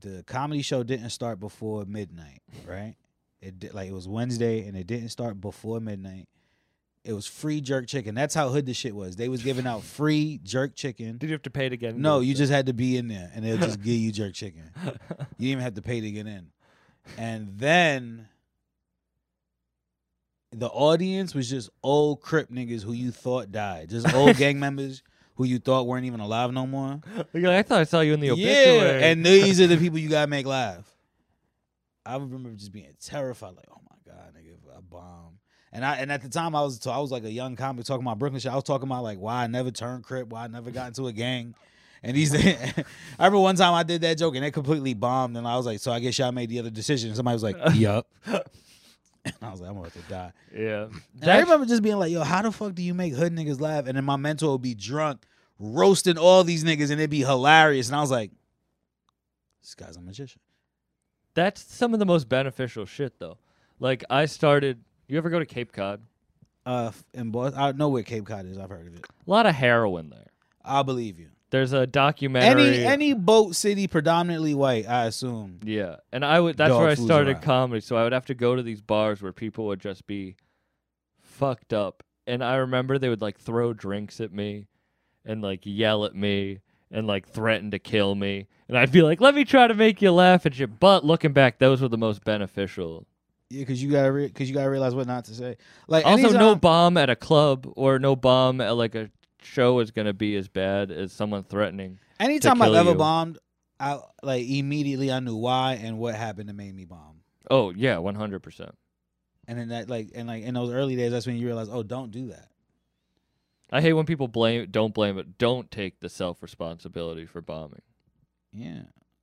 the comedy show didn't start before midnight, right? It did, like it was Wednesday, and it didn't start before midnight. It was free jerk chicken. That's how hood the shit was. They was giving out free jerk chicken.
Did you have to pay to get in?
No, you just had to be in there, and they'll just give you jerk chicken.
[LAUGHS]
You didn't even have to pay to get in. And then the audience was just old Crip niggas who you thought died, just old gang members who you thought weren't even alive no more.
You're like, I thought I saw you in the obituary.
Yeah, and these are the people you gotta make laugh. I remember just being terrified, like, oh my god, nigga, if I bomb. And I and at the time I was so I was like a young comic talking about Brooklyn shit. I was talking about like why I never turned crip, why I never got into a gang. And these, [LAUGHS] I remember one time I did that joke and it completely bombed. And I was like, so I guess y'all made the other decision. And
[LAUGHS]
somebody was like, yup. [LAUGHS] and I was like, I'm about to die.
yeah.
And I
That-
remember just being like, yo, how the fuck do you make hood niggas laugh? And then my mentor would be drunk, roasting all these niggas, and it'd be hilarious. And I was like, this guy's a magician.
that's some of the most beneficial shit though. Like I started. You ever go to Cape Cod?
Uh, f- in Boston, I know where Cape Cod is. I've heard of it.
A lot of heroin there.
I believe you.
There's a documentary.
Any any boat city predominantly white, I assume.
Yeah, and I would. That's
Dog
where I
food's
started
around.
comedy. So I would have to go to these bars where people would just be fucked up, and I remember they would like throw drinks at me, and like yell at me, and like threaten to kill me, and I'd be like, "Let me try to make you laugh at you." But looking back, those were the most beneficial.
Yeah, because you gotta because you gotta realize what not to say. Like
Also,
anytime-
no bomb at a club or no bomb at like a show is gonna be as bad as someone threatening.
anytime I've
kill
ever
you.
bombed, I like immediately I knew why and what happened that made me bomb.
Oh yeah, one hundred percent.
And then that like and like in those early days, that's when you realize, oh, don't do that.
I hate when people blame. Don't blame it. Don't take the self responsibility for bombing.
Yeah.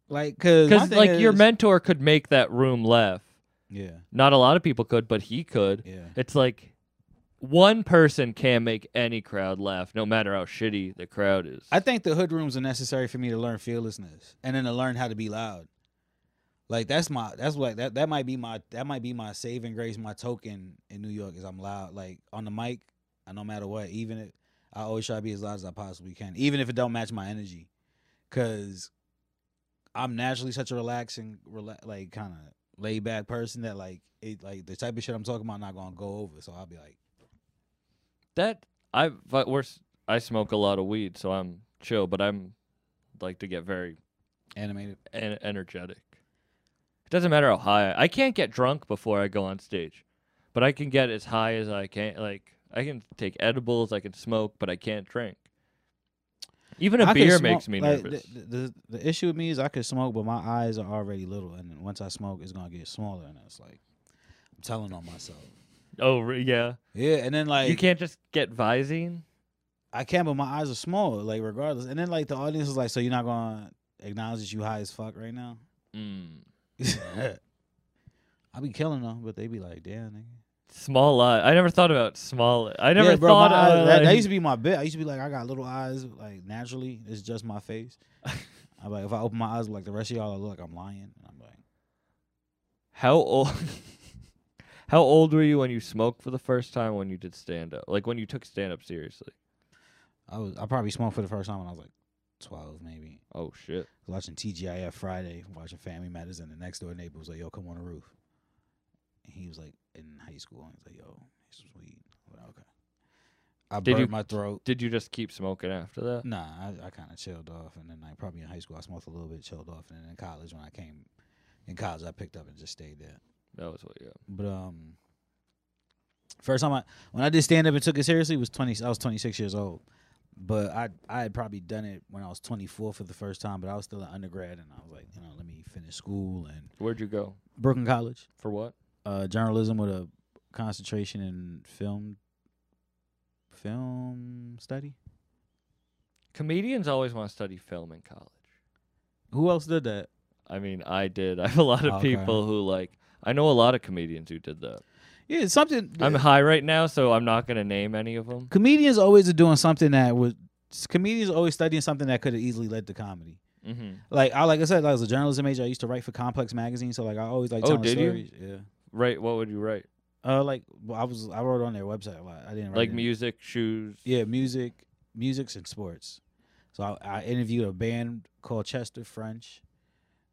Like, cause, my
because
thing
like your
is-
mentor could make that room laugh
Yeah,
not a lot of people could but he could
yeah,
it's like one person can make any crowd laugh no matter how shitty the crowd is
I think the hood rooms are necessary for me to learn fearlessness and then to learn how to be loud. Like that's my that's what that that might be my that might be my saving grace, my token in New York is I'm loud. Like on the mic, I no matter what, even if I always try to be as loud as I possibly can, even if it don't match my energy, because I'm naturally such a relaxing, rela- like kind of laid back person that like it like the type of shit I'm talking about not gonna go over. So I'll be like.
that i but we're s- i smoke a lot of weed so i'm chill but i'm like to get very
Animated.
en- energetic it doesn't matter how high I, I can't get drunk before i go on stage but i can get as high as i can like i can take edibles i can smoke but i can't drink even a
I could
beer
smoke-
makes me
like,
nervous
The, the, the issue with me is I could smoke, but my eyes are already little, and then once I smoke, it's gonna get smaller, and it's like I'm telling on myself.
Oh re- yeah,
Yeah, and then like
you can't just get Visine.
I can't, but my eyes are small, like regardless. And then like the audience is like, so you're not gonna acknowledges you high as fuck right now. [LAUGHS]
Mm.
I be killing them, but they be like, damn, nigga.
Small eye. I never thought about small. I never
yeah, bro,
thought
my eyes-
of,
that, that
like-
used to be my bit. I used to be like, I got little eyes, like naturally, it's just
[LAUGHS]
my face. I'm like, if I open my eyes, like the rest of y'all, I look like I'm lying. And I'm like,
How old? [LAUGHS] How old were you when you smoked for the first time? When you did stand up, like when you took stand up seriously?
I was, I probably smoked for the first time when I was like 12, maybe.
Oh shit!
Watching TGIF Friday, watching Family Matters, and the next door neighbor was like, yo, come on the roof. And he was like in high school, and he's like, yo, this is weed. I'm like, okay. I
Did
burned
you-
my throat.
Did you just keep smoking after that?
Nah, I, I kind of chilled off, and then like probably in high school I smoked a little bit, chilled off, and then in college when I came, in college I picked up and just stayed there.
That was what. Yeah.
But um, first time I when I did stand up and took it seriously was twenty. I was twenty six years old, but I I had probably done it when I was twenty four for the first time, but I was still an undergrad, and I was like, you know, let me finish school and
Where'd you go
Brooklyn College,
for what?
uh, journalism with a concentration in film, film study.
Comedians always want to study film in college.
Who else did that?
I mean, I did. [LAUGHS] I have a lot of
Okay.
people who like. I know a lot of comedians who did that.
Yeah, it's something.
I'm high right now, so I'm not gonna name any of them.
comedians always are doing something that was comedians always studying something that could have easily led to comedy.
Mm-hmm.
Like I like I said, like, as a journalism major, I used to write for Complex magazine, so like I always like
Oh,
telling
did you?
stories. Yeah.
Right? What would you write?
Uh, like well, I was I wrote on their website a lot. I didn't write
Like
in-
music, shoes.
Yeah, music, musics and sports. So I, I interviewed a band called Chester French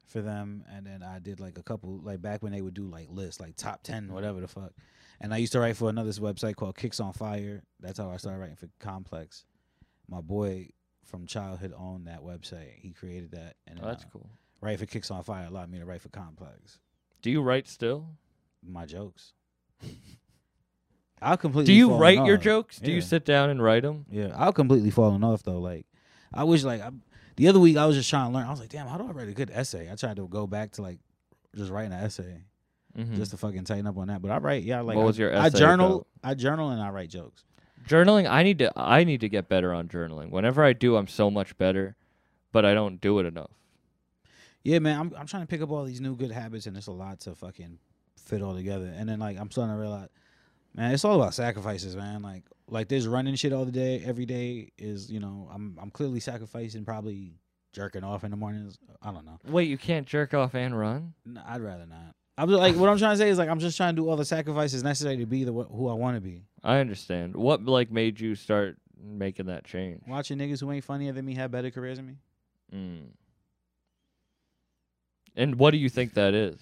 for them, and then I did like a couple like back when they would do like lists, like top ten,
Mm-hmm.
whatever the fuck. And I used to write for another website called Kicks on Fire. That's how I started writing for Complex. My boy from childhood owned that website. He created that, and
Oh,
then,
that's
uh,
cool.
writing for Kicks on Fire allowed me to write for Complex.
Do you write still?
My jokes. I'll completely.
Do you
fall in
write your
love.
jokes? Do
Yeah.
you sit down and write them?
Yeah, I've completely fallen off though. Like, I wish like I, the other week I was just trying to learn. I was like, damn, how do I write a good essay? I tried to go back to like just writing an essay
Mm-hmm.
just to fucking tighten up on that. But I write, yeah, like
Hmm. What
I,
was your
I
essay
journal,
about?
I journal and I write jokes.
Journaling, I need to I need to get better on journaling. Whenever I do, I'm so much better, but I don't do it enough.
Yeah, man, I'm I'm trying to pick up all these new good habits, and it's a lot to fucking fit all together. And then like I'm starting to realize, man, it's all about sacrifices, man. Like like there's running shit all the day, every day is you know I'm I'm clearly sacrificing probably jerking off in the mornings. I don't know.
Wait, you can't jerk off and run?
No, I'd rather not. I'm just, like what I'm trying to say is like I'm just trying to do all the sacrifices necessary to be the wh- who I want to be.
I understand. What like made you start making that change?
Watching niggas who ain't funnier than me have better careers than me.
Mm. And what do you think that is?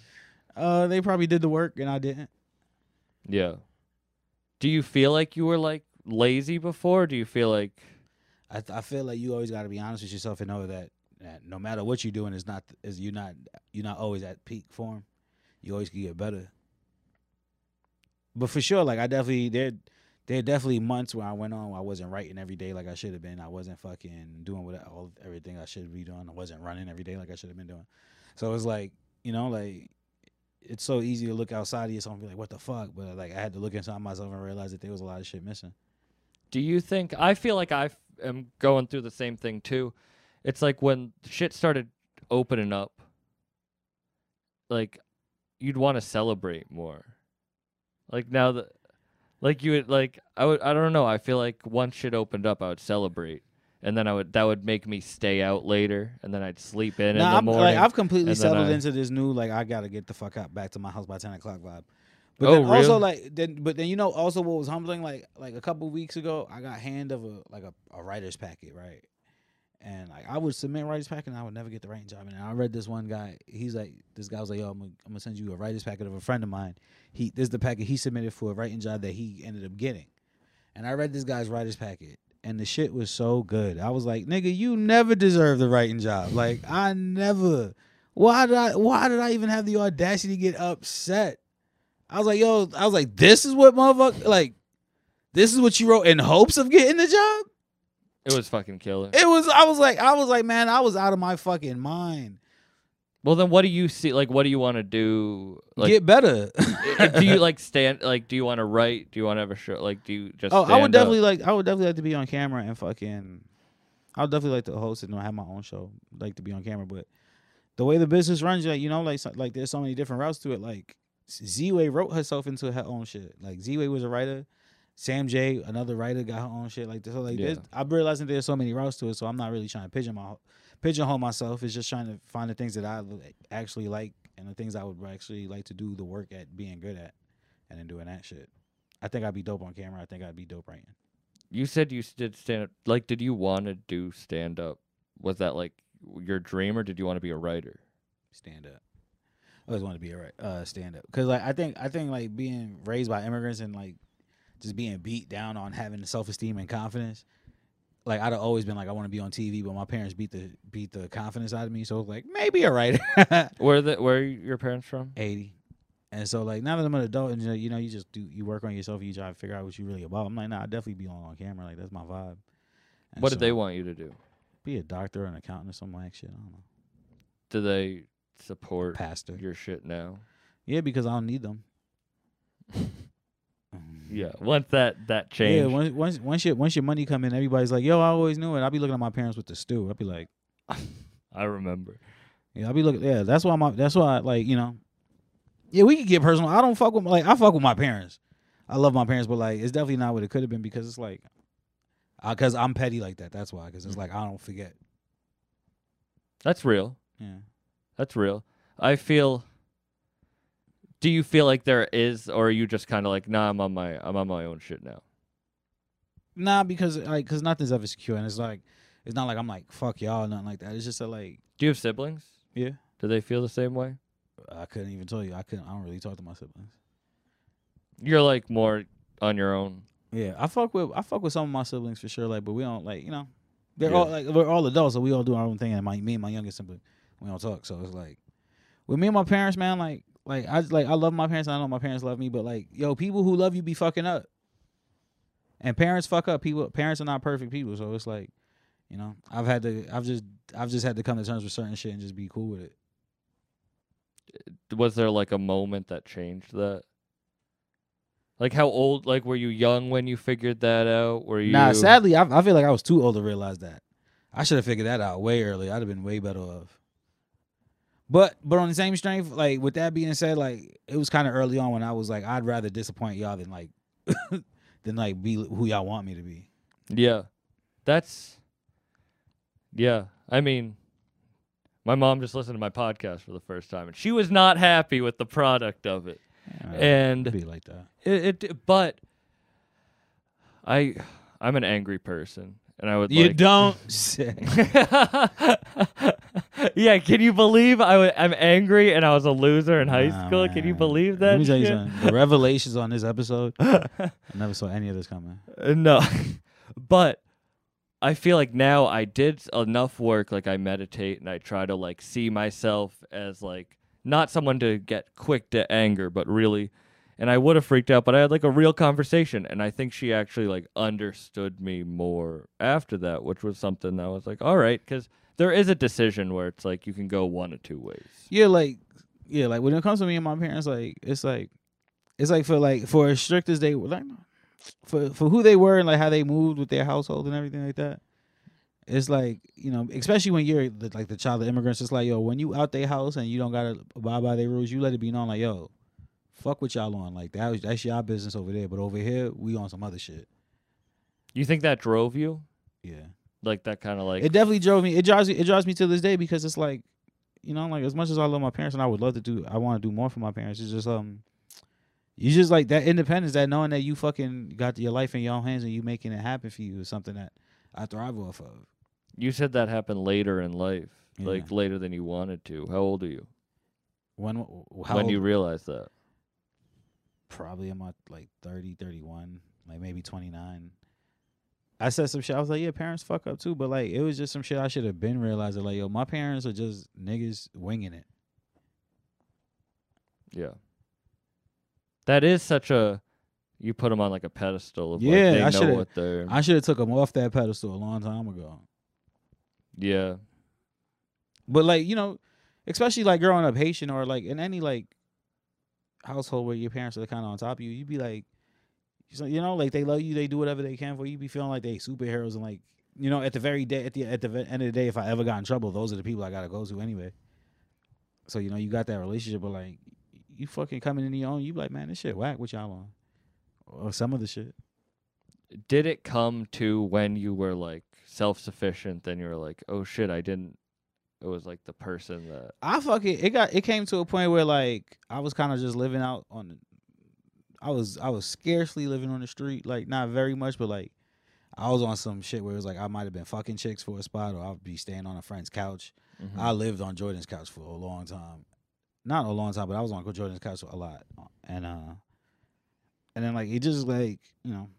Uh, they probably did the work and I didn't.
Yeah. Do you feel like you were like lazy before? Do you feel like
I th- I feel like you always got to be honest with yourself and know that, that no matter what you're doing is not th- is you not you're not always at peak form. You always can get better. But for sure, like I definitely there there are definitely months where I went on where I wasn't writing every day like I should have been. I wasn't fucking doing what I- all everything I should be doing. I wasn't running every day like I should have been doing. So it's like you know like. It's so easy to look outside of yourself and be like, "What the fuck?" But like, I had to look inside myself and realize that there was a lot of shit missing.
Do you think I feel like I f- am going through the same thing too? It's like when shit started opening up, like you'd want to celebrate more. Like now that, like you would like I would I don't know. I feel like once shit opened up, I would celebrate, and then I would that would make me stay out later, and then I'd sleep in in
Nah,
the
I'm,
morning.
Like, I've completely
and then
settled
I-
into this new like I gotta get the fuck out back to my house by ten o'clock vibe. But
Oh,
then
really?
also like then but then you know also what was humbling like like a couple weeks ago I got hand of a like a, a writer's packet right. And like I would submit writer's packet and I would never get the writing job. And I read this one guy. He's like, this guy was like, yo, I'm gonna, I'm gonna send you a writer's packet of a friend of mine. He this is the packet he submitted for a writing job that he ended up getting. And I read this guy's writer's packet, and the shit was so good. I was like, nigga, you never deserved the writing job. Like, I never. Why did I? Why did I even have the audacity to get upset? I was like, yo, I was like, this is what motherfucker like. This is what you wrote in hopes of getting the job.
it was fucking killer.
It was. I was like, I was like, man, I was out of my fucking mind.
well, then what do you see? Like, what do you want to do? Like,
get better. [LAUGHS]
Uh, [LAUGHS] do you like stand like do you want to write do you want to have a show like do you just
oh, I
stand
would
up?
definitely like. I would definitely like to be on camera and fucking I would definitely like to host it and have my own show, like to be on camera. But the way the business runs, like you know, like so- like there's so many different routes to it. Like Z Way wrote herself into her own shit. Like Z Way was a writer. Sam J, another writer, got her own shit. Like so, like there's,
Yeah.
I'm realizing there's so many routes to it. So I'm not really trying to pigeon my pigeonhole myself. It's just trying to find the things that I li- actually like and the things I would actually like to do the work at being good at, and then doing that shit. I think I'd be dope on camera. I think I'd be dope writing.
You said you s- did stand up. Like, did you want to do stand up? Was that like your dream, or did you want to be a writer?
stand up. I always wanted to be a ri- uh, stand up because like I think I think like being raised by immigrants and like just being beat down on having self esteem and confidence. Like I'd have always been like I want to be on TV, but my parents beat the beat the confidence out of me. So I was like maybe a writer, [LAUGHS]
Where the where are your parents from?
eighty. And so like now that I'm an adult and you know, you know you just do you work on yourself, you try to figure out what you really about. I'm like nah, I definitely be on, on camera. Like that's my vibe. And
What did
so,
they want you to do?
Be a doctor, or an accountant, or something like shit. I don't know.
Do they support
Pastor.
your shit now?
Yeah, because I don't need them. Um,
Yeah. Once that that changed,
Yeah, once once once your once your money come in, everybody's like, "Yo, I always knew it." I'll be looking at my parents with the stew. I'll be like,
I remember.
"Yeah, I'll be looking." Yeah, that's why my that's why like you know, yeah, we can get personal. I don't fuck with like I fuck with my parents. I love my parents, but like it's definitely not what it could have been because it's like, because I'm petty like that. That's why. Because it's like I don't forget.
That's real.
Yeah.
That's real. I feel. Do you feel like there is, or are you just kind of like, nah, I'm on my, I'm on my own shit now?
Nah, because like because nothing's ever secure, and it's like it's not like I'm like fuck y'all or nothing like that. It's just that like
Do you have siblings?
yeah,
Do they feel the same way?
I couldn't even tell you. I couldn't. I don't really talk to my siblings.
You're like more on your own.
Yeah, I fuck with I fuck with some of my siblings for sure. Like, but we don't like you know, they're
Yeah.
all like we're all adults, so we all do our own thing. And my me and my youngest sibling, we don't talk. So it's like with me and my parents, man. Like, like I just- like I love my parents. And I know my parents love me, but like yo, people who love you be fucking up, and parents fuck up. People parents are not perfect people, so it's like you know, I've had to I've just I've just had to come to terms with certain shit and just be cool with it.
Was there like a moment that changed that? Like how old? Like were you young when you figured that out? Were you?
Nah, sadly, I, I feel like I was too old to realize that. I should have figured that out way earlier. I'd have been way better off. But but on the same strength, like with that being said, like it was kind of early on when I was like, I'd rather disappoint y'all than like [LAUGHS] than like be who y'all want me to be.
Yeah, that's. Yeah, I mean, my mom just listened to my podcast for the first time, and she was not happy with the product of it. And
Uh, be like that.
It, it but I I'm an angry person and I would
You
like
don't [LAUGHS] say.
[LAUGHS] Yeah, can you believe I w- I'm angry and I was a loser in high
Nah,
school? Can you
man.
believe that?
Let me tell you
shit?
something. The revelations on
[LAUGHS]
this episode, I never saw any of this coming.
Uh, No. [LAUGHS] but I feel like now I did s- enough work like I meditate and I try to like see myself as like not someone to get quick to anger but really and I would have freaked out but I had like a real conversation and I think she actually like understood me more after that which was something that I was like all right cuz there is a decision where it's like you can go one of two ways.
Yeah, like yeah, like when it comes to me and my parents, like it's like it's like for like for as strict as they were like for for who they were and like how they moved with their household and everything like that. It's like, you know, especially when you're the, like the child of immigrants, it's like, yo, when you out their house and you don't gotta abide by their rules, you let it be known like, yo, fuck what y'all on. Like that was, that's y'all business over there. But over here, we on some other shit.
You think that drove you?
Yeah.
Like that kind of like
it definitely drove me. It drives me. It drives me to this day because it's like, you know, like as much as I love my parents and I would love to do, I want to do more for my parents. It's just um, you just like that independence, that knowing that you fucking got your life in your own hands and you making it happen for you is something that I thrive off of.
you said that happened later in life.
Yeah.
Like later than you wanted to. How old are you?
When how
when
old-
you realize that.
[LAUGHS] probably in my like 30, 31, like maybe 29. I said some shit. I was like, yeah, parents fuck up too. But like, it was just some shit I should have been realizing. Like, yo, my parents are just niggas winging it.
Yeah. That is such a you put them on like a pedestal of
Yeah, I
like they know
shoulda-
what they're
I should have took them off that pedestal a long time ago.
Yeah.
But like you know, especially like growing up Haitian or like in any like household where your parents are kind of on top of you, you'd be like, so- you know, like they love you, they do whatever they can for you. You be feeling like they superheroes and like you know, at the very day, at the at the ve- end of the day, if I ever got in trouble, those are the people I gotta go to anyway. So you know, you got that relationship, but like, you fucking coming in your own, you be like, man, this shit whack. What y'all on? Or some of the shit.
Did it come to when you were like self sufficient? Then you were like, oh shit, I didn't. It was like the person that.
I fucking it got it came to a point where like I was kind of just living out on the I was I was scarcely living on the street, like not very much, but like I was on some shit where it was like I might have been fucking chicks for a spot or I'd be staying on a friend's couch.
Mhm.
I lived on Jordan's couch for a long time. Not a long time, but I was on Jordan's couch a lot. And uh and then like it just like, you know,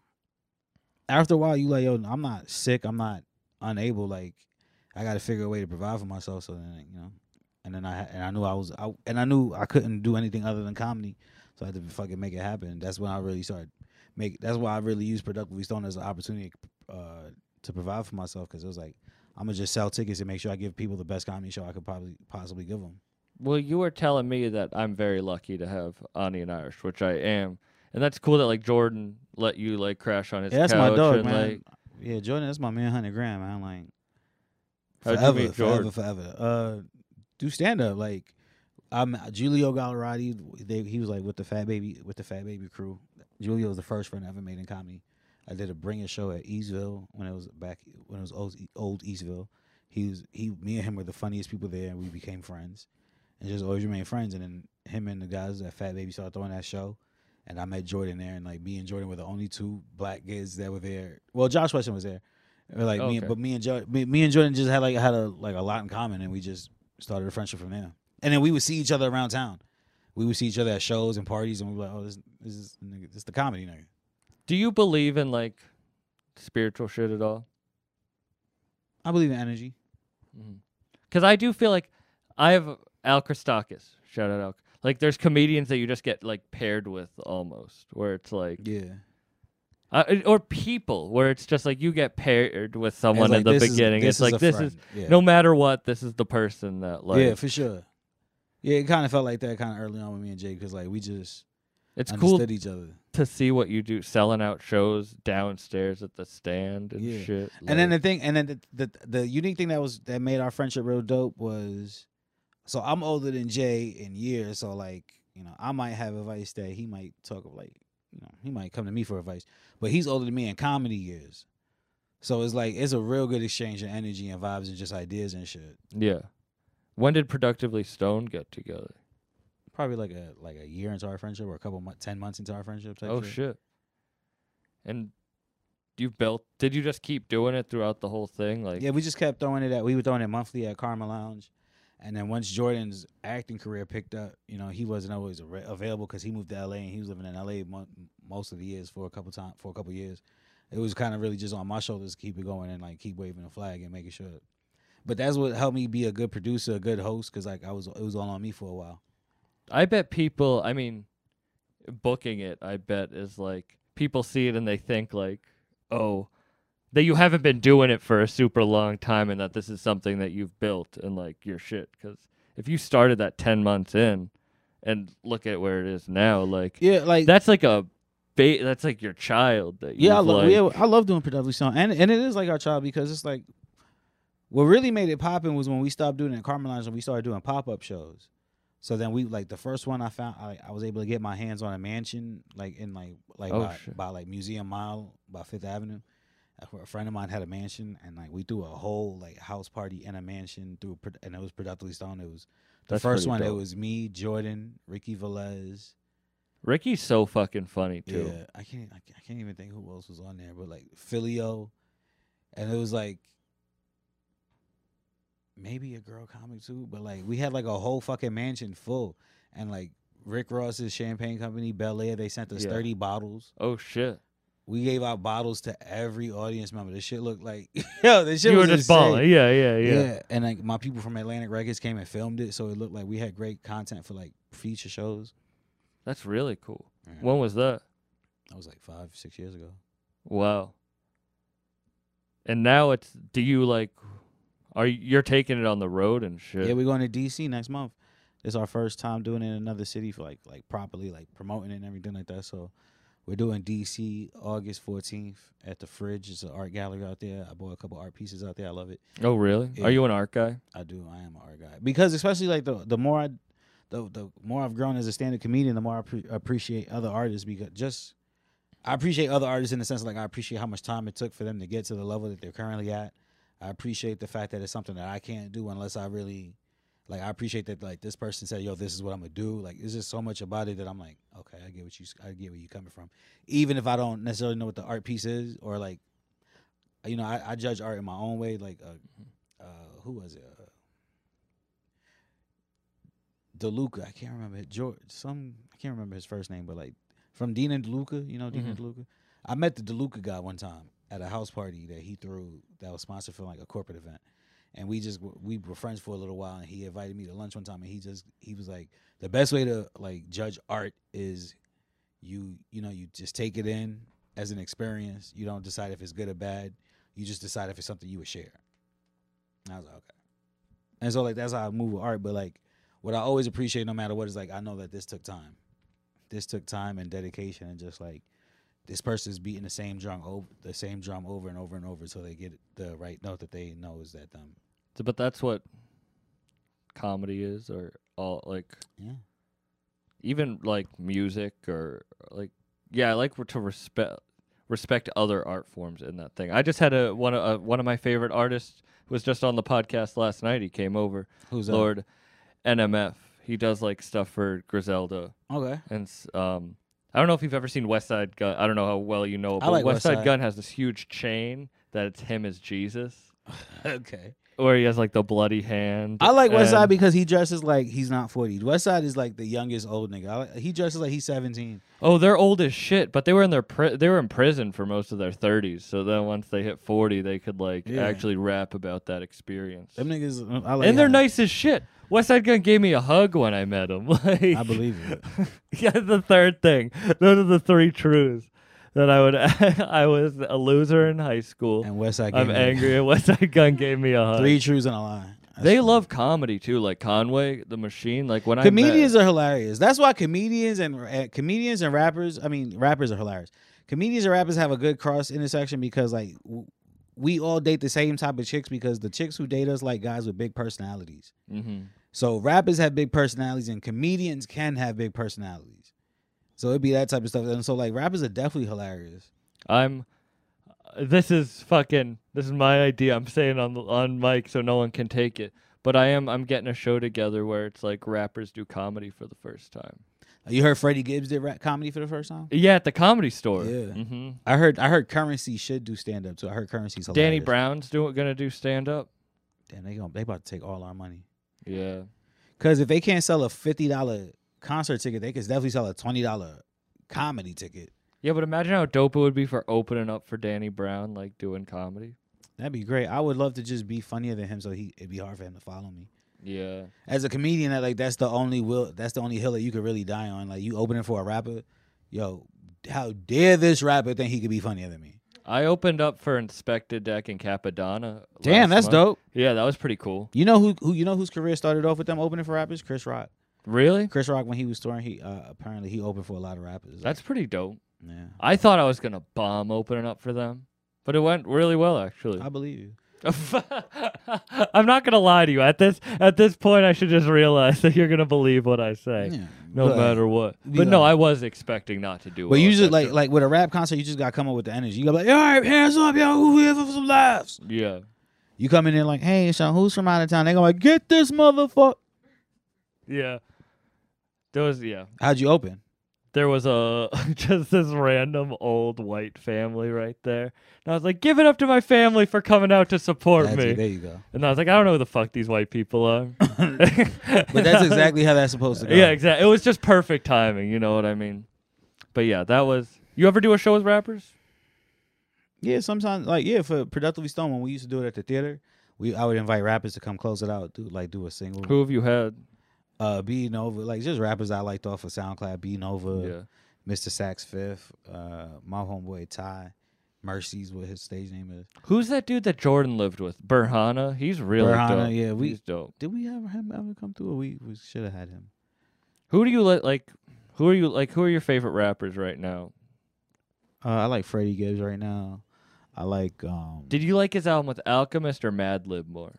after a while you like, yo, I'm not sick, I'm not unable, like I gotta figure a way to provide for myself so then you know. And then I had- and I knew I was I, and I knew I couldn't do anything other than comedy. So I had to fucking make it happen. That's when I really started make that's why I really used productively stone as an opportunity uh to provide for myself because it was like I'm gonna just sell tickets and make sure I give people the best comedy show I could probably possibly give them.
Well, you were telling me that I'm very lucky to have Ani and Irish, which I am, and that's cool that like Jordan let you like crash on his
Yeah, that's
couch
my dog,
and
man.
like
yeah, Jordan, that's my man, Hunter Graham. I'm like
How'd you
forever,
meet
forever,
Jordan?
forever. Uh, do stand up like I'm Julio Gallerati. They, he was like with the Fat Baby with the Fat Baby crew. Julio was the first friend I ever made in comedy. I did a bring a show at Eastville when it was back when it was old, E, old Eastville. He was he me and him were the funniest people there, and we became friends, and just always remained friends. And then him and the guys at Fat Baby started throwing that show, and I met Jordan there, and like me and Jordan were the only two black kids that were there. Well, Josh Weston was there, Or, like me,
Okay.
but me and Jordan, me, me and Jordan just had like had a like a lot in common, and we just started a friendship from there. And then we would see each other around town. We would see each other at shows and parties, and we were like, "Oh, this, this is nigga, this the comedy nigga."
Do you believe in like spiritual shit at all?
I believe in energy.
Because I do feel like I have Al Christakis. Shout out Al. Like there's comedians that you just get like paired with almost, where it's like,
Yeah.
uh, it- or people where it's just like you get paired with someone
like,
in the
this is-
beginning.
this
it's
is
like
a
this
friend.
is
Yeah.
no matter what, this is the person that like.
yeah, for sure. Yeah, it kind of felt like that kind of early on with me and Jay because like we just
it's cool
understood each other.
to see what you do, selling out shows downstairs at the stand and
Yeah.
shit.
and then
like-
the thing, and then the, the the unique thing that was that made our friendship real dope was, so I'm older than Jay in years, so like you know I might have advice that he might talk of like you know he might come to me for advice, but he's older than me in comedy years, so it's like it's a real good exchange of energy and vibes and just ideas and shit.
yeah. When did Productively Stone get together?
Probably like a like a year into our friendship or a couple months, ten months into our friendship. Type
oh
shit.
shit. And you built did you just keep doing it throughout the whole thing? Like
Yeah, we just kept throwing it at. We were throwing it monthly at Karma Lounge, and then once Jordan's acting career picked up, you know, he wasn't always ar- available because he moved to LA and he was living in LA mo- most of the years for a couple time for a couple years. It was kind of really just on my shoulders to keep it going and like keep waving the flag and making sure. But that's what helped me be a good producer, a good host, because like I was, it was all on me for a while.
I bet people I mean booking it, I bet is like people see it and they think like, oh, that you haven't been doing it for a super long time and that this is something that you've built and like your shit. Because if you started that ten months in and look at where it is now, like
Yeah, like
that's like a ba- that's like your child that
Yeah, I
you've,
love
like,
yeah, I love doing productively song, and and it is like our child because it's like what really made it poppin' was when we stopped doing it at Carmel Lounge and we started doing pop up shows. So then we like the first one I found I, I was able to get my hands on a mansion like in like like
Oh,
by,
shit.
by like Museum Mile by Fifth Avenue. A fr- A friend of mine had a mansion and like we threw a whole like house party in a mansion through pro- and it was productively stoned. It was the
That's
first
pretty
one. It
dope.
was me, Jordan, Ricky Velez,
Ricky's so fucking funny too.
yeah, I can't. I can't- I can't even think who else was on there, but like Filio, and it was like maybe a girl comic too. But like we had like a whole fucking mansion full, and like Rick Ross's champagne company, Bel Air, they sent us
Yeah.
thirty bottles.
Oh shit!
We gave out bottles to every audience member. This shit looked like [LAUGHS] yo, this shit
you were
was
just
insane.
balling. Yeah, yeah, yeah,
Yeah. and like my people from Atlantic Records came and filmed it, so it looked like we had great content for like feature shows.
That's really cool.
Yeah.
When was that?
That was like five, six years ago.
Wow. And now it's. Do you like? Are you, you're taking it on the road and shit?
Yeah, we're going to DC next month. It's our first time doing it in another city for like like properly like promoting it and everything like that. So We're doing DC August 14th at the Fridge. It's an art gallery out there. I bought a couple art pieces out there. I love it.
Oh, really?
Yeah.
Are you an art guy?
I do. I am an art guy because especially like the the more I, the the more I've grown as a stand-up comedian, the more I pre- appreciate other artists because just I appreciate other artists in the sense like I appreciate how much time it took for them to get to the level that they're currently at. I appreciate the fact that it's something that I can't do unless I really like I appreciate that like this person said, "Yo, this is what I'm gonna do." Like it's just so much about it that I'm like, okay, I get what you I get where you coming from, even if I don't necessarily know what the art piece is or like, you know, I, I judge art in my own way. Like, uh, uh, who was it? Uh, DeLuca, I can't remember it. George, some I can't remember his first name, but like from Dean and DeLuca, you know Dean and DeLuca. I met the DeLuca guy one time at a house party that he threw that was sponsored for like a corporate event and we just w- we were friends for a little while and he invited me to lunch one time and he just he was like the best way to like judge art is you you know you just take it in as an experience you don't decide if it's good or bad you just decide if it's something you would share and i was like okay and so like that's how i move with art but like what i always appreciate no matter what is like i know that this took time this took time and dedication and just like this person's beating the same drum over the same drum over and over and over until they get the right note that they know is that them
So- But that's what comedy is, or all like
yeah
even like music or like yeah, I like to respect respect other art forms in that thing. I just had a one of uh, one of my favorite artists was just on the podcast last night. He came over,
Who's uh, that?
Lord NMF. He does like stuff for Griselda [LAUGHS]
Okay.
and s- um. I don't know if you've ever seen West Side Gun. I don't know how well you know,
I
but
like
West
West
Side
Side.
Gun has this huge chain that it's him as Jesus.
Okay.
where he has like the bloody hand.
I like West Side
and-
because he dresses like he's not 40. West Side is like the youngest old nigga. I like, he dresses like he's 17.
oh, they're old as shit, but they were in their pri- they were in prison for most of their thirties. So then once they hit forty, they could like
Yeah.
actually rap about that experience.
Them niggas, I like
and they're
how-
nice as shit. West Side Gun gave me a hug when I met him. [LAUGHS] Like,
I believe
[LAUGHS]
it.
yeah, the third thing. Those are the three truths that I would. [LAUGHS] I was a loser in high school.
And West Side
I'm
Gang-
angry. And West Side Gun gave me a hug.
Three truths and a lie. That's
they
true.
love comedy too, like Conway the Machine. Like when I met,
comedians are hilarious. That's why comedians and uh, comedians and rappers, I mean, rappers are hilarious. Comedians and rappers have a good cross intersection because like w- we all date the same type of chicks because the chicks who date us like guys with big personalities.
Mhm.
So rappers have big personalities and comedians can have big personalities. So it'd be that type of stuff. And so like rappers are definitely hilarious.
I'm. This is fucking. This is my idea. I'm saying on the- on mic so no one can take it. But I am. I'm getting a show together where it's like rappers do comedy for the first time.
You heard Freddie Gibbs did rap comedy for the first time?
Yeah, at the comedy store.
Yeah.
hmm
I heard I heard Currency should do stand up too. I heard Currency's hilarious.
Danny Brown's doing gonna do stand up.
Damn, they going they about to take all our money.
Yeah.
Cause if they can't sell a fifty dollar concert ticket, they could definitely sell a twenty dollar comedy ticket.
Yeah, but imagine how dope it would be for opening up for Danny Brown, like doing comedy.
That'd be great. I would love to just be funnier than him, so he it'd be hard for him to follow me.
Yeah.
as a comedian that like that's the only will that's the only hill that you could really die on. Like you opening for a rapper, yo, how dare this rapper think he could be funnier than me?
I opened up for Inspected Deck and Capadonna.
Damn,
last month.
that's dope.
Yeah, that was pretty cool.
You know who who you know whose career started off with them opening for rappers? Chris Rock.
Really?
Chris Rock when he was touring, he uh, apparently he opened for a lot of rappers.
That's pretty dope.
yeah,
I thought I was gonna bomb opening up for them, but it went really well actually.
I believe you.
[LAUGHS] I'm not gonna lie to you. At this at this point, I should just realize [LAUGHS] that you're gonna believe what I say,
Yeah,
no
but-
matter what.
be
But no,
like-
I was expecting not to do.
But
well
you
at
just
that
like
show.
like with a rap concert, you just gotta come up with the energy. You gotta be like, all right, hands up, yo, who here for some laughs?
yeah,
You come in there like, hey, so who's from out of town? They go like, get this motherfucker.
yeah. There was yeah.
How'd you open?
There was a [LAUGHS] just this random old white family right there, and I was like, "Give it up to my family for coming out to support
That's
me."
it. There you go.
And I was like, "I don't know who the fuck these white people
[LAUGHS]
are."
But
[LAUGHS]
that's exactly how that's supposed to go.
Yeah, exactly. It was just perfect timing. You know what I mean? But yeah, that was. You ever do a show with rappers?
Yeah, sometimes like yeah, for productively stone when we used to do it at the theater, we I would invite rappers to come close it out, do like do a single.
Who have you had?
Uh B Nova, like just rappers I liked off of SoundCloud, B
yeah.
Nova, Mr. Sax Fifth, uh my homeboy Ty, Mercy's what his stage name is.
Who's that dude that Jordan lived with? Burhana. He's really
Burhana,
dope.
yeah, we-
He's dope.
Did we have him ever come through or we, we should have had him?
Who do you like? Like, who are you like? Who are your favorite rappers right now?
Uh, I like Freddie Gibbs right now. I like um
Did you like his album with Alchemist or Madlib more?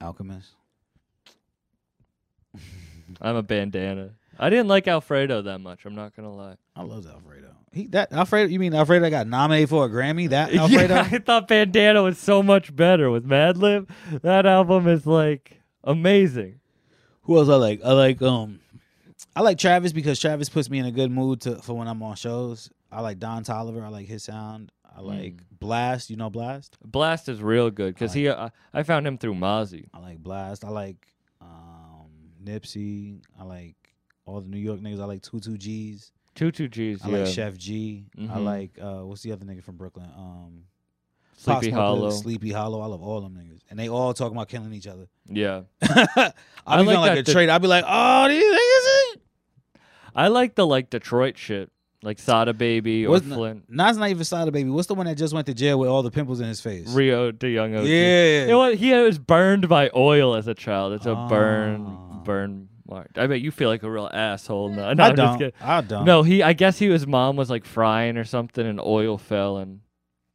Alchemist.
I'm a bandana. I didn't like Alfredo that much. I'm not gonna lie.
I love Alfredo. He that Alfredo. You mean Alfredo got nominated for a Grammy?
[LAUGHS]
That
[LAUGHS] Yeah,
Alfredo.
I thought Bandana was so much better with Madlib. That album is like amazing.
Who else I like? I like um, I like Travis because Travis puts me in a good mood to for when I'm on shows. I like Don Tolliver. I like his sound. I
Hmm.
like Blast. You know Blast.
Blast is real good because he. Uh, I found him through Mozzie.
I like Blast. I like um Nipsey. I like all the New York niggas. I like Tutu G's.
Two two G's.
I
yeah.
like Chef G. I
Mhm.
like uh, what's the other nigga from Brooklyn? Um, Pop
Sleepy
Smoke,
Hollow.
Sleepy Hollow. I love all them niggas, and they all talking about killing each other. [LAUGHS]
yeah.
I'll
I
be
like
feeling like
that
a
the-
traitor. I'll be like, oh, these niggas. is-"
I like the like Detroit shit, like Sada Baby or
Wasn't-
Flint.
Nah, it's not even Sada Baby. What's the one that just went to jail with all the pimples in his face?
Rio de Young OG.
Yeah.
You know what? He was burned by oil as a child. It's a
Ah.
burn, burn mark. I bet you feel like a real asshole. No, no
I
I'm just
don't.
kidding.
I don't.
No, he. I guess he. His mom was like frying or something, and oil fell and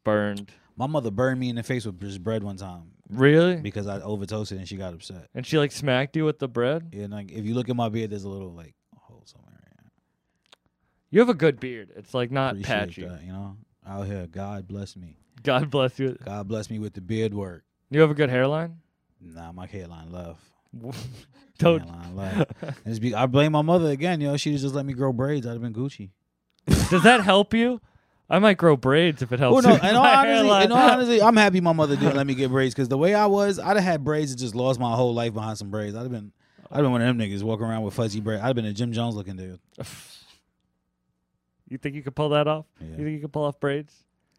burned.
My mother burned me in the face with just bread one time
Really?
because I overdosed and she got upset.
And she like smacked you with the bread.
And like, if you look at my beard, there's a little like hole somewhere.
You have a good beard. It's like not
Appreciate
patchy.
that, you know. Out here, God bless me.
God bless you.
God bless me with the beard work.
You have a good hairline. [LAUGHS]
Nah, my hairline left.
Don't. [LAUGHS]
Hairline left. And it's be, I blame my mother again, yo. She just let me grow braids. I'd have been Gucci.
Does that help you? I might grow braids if it helps.
Oh
[LAUGHS]
no!
with
In all,
my
honesty, in all
hairline.
honesty, I'm happy my mother didn't let me get braids because the way I was, I'd have had braids and just lost my whole life behind some braids. I'd have been, I'd have been one of them niggas walking around with fuzzy braids. I'd have been a Jim Jones looking dude.
[LAUGHS] You think you could pull that off?
Yeah.
You think you could pull off braids?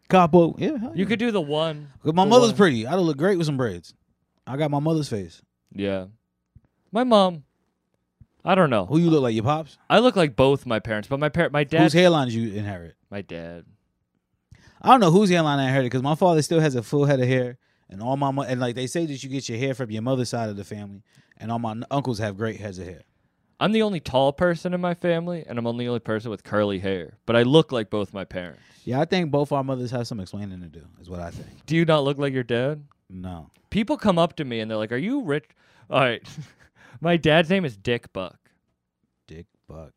Capo, yeah. hell
You
yeah.
could do the one.
'Cause my
the
mother's
one-
pretty. I'd have looked great with some braids. I got my mother's face.
Yeah. My mom. I don't know.
Who you look like? Your pops?
I look like both my parents, but my parent, my dad,
Whose hairline did you inherit?
my dad.
I don't know whose hairline I inherited because my father still has a full head of hair, and all my mo- and like they say that you get your hair from your mother's side of the family, and all my n- uncles have great heads of hair.
I'm the only tall person in my family, and I'm the only person with curly hair. But I look like both my parents.
Yeah, I think both our mothers have some explaining to do. Is what I think.
Do you not look like your dad?
No.
People come up to me and they're like, "Are you rich?" All right. [LAUGHS] my dad's name is Dick Buck.
Dick Buck.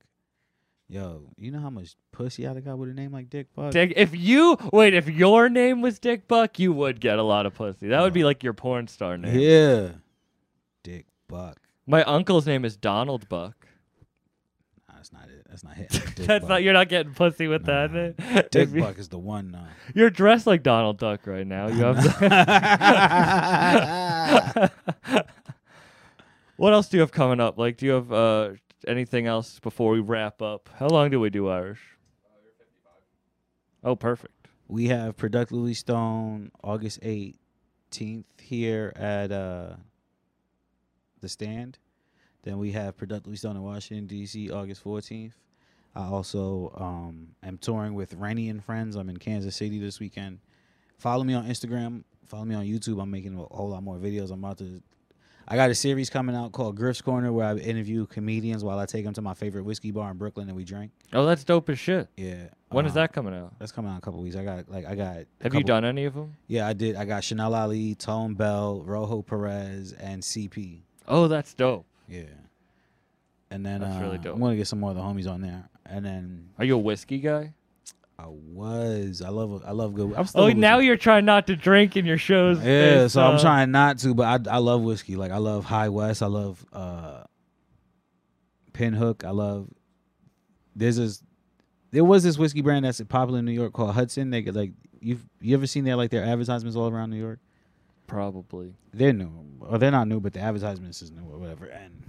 Yo, you know how much pussy I'd have got with a name like Dick Buck?
Dick, if you wait, if your name was Dick Buck, you would get a lot of pussy. That would be like your porn star name.
Yeah. Dick Buck.
My uncle's name is Donald Buck.
Nah, that's not it. That's
[LAUGHS]
not it. Dick
That's
Buck.
not you're not getting pussy with that. eh?
Dick
If you-
Buck is the one now.
[LAUGHS] You're dressed like Donald Duck right now. You
[LAUGHS]
[LAUGHS] have. what else do you have coming up? Like, do you have uh, anything else before we wrap up? How long do we do Irish? Oh, perfect.
We have Productively Stone August 18th here at uh, the stand. Then we have Productively Stone in Washington, D.C. August 14th. I also um, am touring with Rainy and Friends. I'm in Kansas City this weekend. Follow me on Instagram. Follow me on YouTube. I'm making a whole lot more videos. I'm about to. I got a series coming out called Griff's Corner where I interview comedians while I take them to my favorite whiskey bar in Brooklyn and we drink.
Oh, that's dope as shit.
Yeah.
When is
uh,
that coming out?
That's coming out in a couple weeks. I got like I got. a
Have you
couple-
done any of them?
yeah, I did. I got Chanel Ali, Tone Bell, Rojo Perez, and CP.
Oh, that's dope.
Yeah. And then
That's
uh,
really dope.
I'm gonna get some more of the homies on there. And then
Are you a whiskey guy?
I was. I love. I love good. I'm still.
Oh,
a
now
whiskey-
you're trying not to drink in your shows.
Yeah,
is,
so I'm
uh,
trying not to, but I I love whiskey. Like I love High West. I love uh, Pinhook. I love. There's this. There was this whiskey brand that's popular in New York called Hudson. They could like you've you ever seen their like their advertisements all around New York.
Probably.
they're new. Or they're not new, but the advertisements is new or whatever. And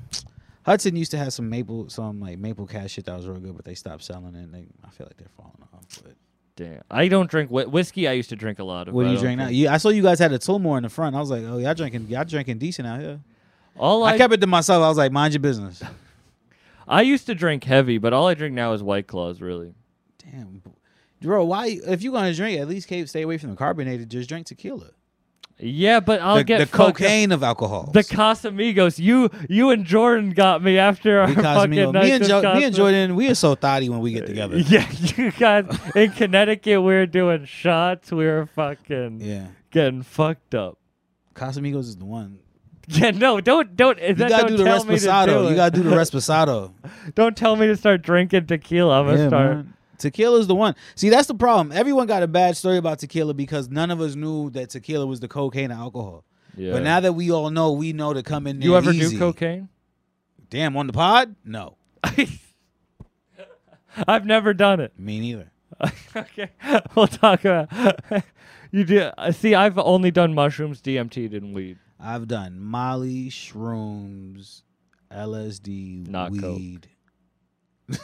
Hudson used to have some maple, some like maple cash shit that was real good, but they stopped selling it. And they, I feel like they're falling off. But
Damn. I don't drink whi- whiskey. I used to drink a lot of.
what
but
do
I
you
don't
drink now?
drink-
You, I saw you guys had a Tullamore in the front. I was like, oh, y'all drinking, y'all drinking decent out here.
All
I kept it to myself. I was like, mind your business. [LAUGHS]
I used to drink heavy, but all I drink now is White Claws, really.
Damn, bro, why? If you're gonna drink, at least keep- stay away from the carbonated. Just drink tequila.
Yeah, but I'll
the,
get
the
fucked up.
cocaine of alcohol.
The
[LAUGHS]
Casamigos. You you and Jordan got me after our
We
fucking
Cosmigo.
night
Me and,
with
jo- me and
Casa-
Jordan, we are so thotty when we get
[LAUGHS]
together.
Yeah, you guys in Connecticut. We were doing shots. We were fucking
Yeah.
getting fucked up.
Casamigos is the one.
Yeah, no, don't don't. You
You gotta
don't
do the
tell me to
Resposado.
do
you
it.
gotta do
[LAUGHS]
the Resposado.
Don't tell me to start drinking tequila. I'm gonna
Yeah,
start.
man. Tequila's the one. See, that's the problem. Everyone got a bad story about tequila because none of us knew that tequila was the cocaine and alcohol.
Yeah.
But now that we all know, we know to come in there
you ever
easy.
do cocaine? [LAUGHS]
Damn, on the pod? No,
I've never done
[LAUGHS]
it.
me neither.
okay, we'll talk about. [LAUGHS] you do uh, see? I've only done mushrooms, DMT, and weed.
I've done Molly, shrooms, LSD,
Not coke.
weed.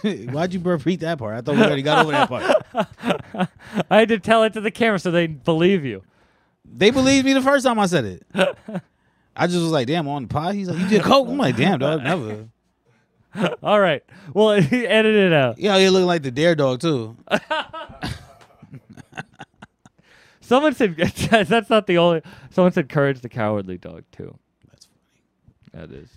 [LAUGHS] Why'd you [LAUGHS] repeat that part? I thought we already got over
[LAUGHS]
that part.
I had to tell it to the camera so they believe you.
They believed me the first time I said it. [LAUGHS] I just was like, damn, on the pod? He's like, you did coke? I'm like, damn, dog, never.
All right. Well, [LAUGHS] edit it out.
Yeah, you look like the dare dog, too.
Someone said [LAUGHS] that's not the only. Someone said courage the cowardly dog too.
That's
That is.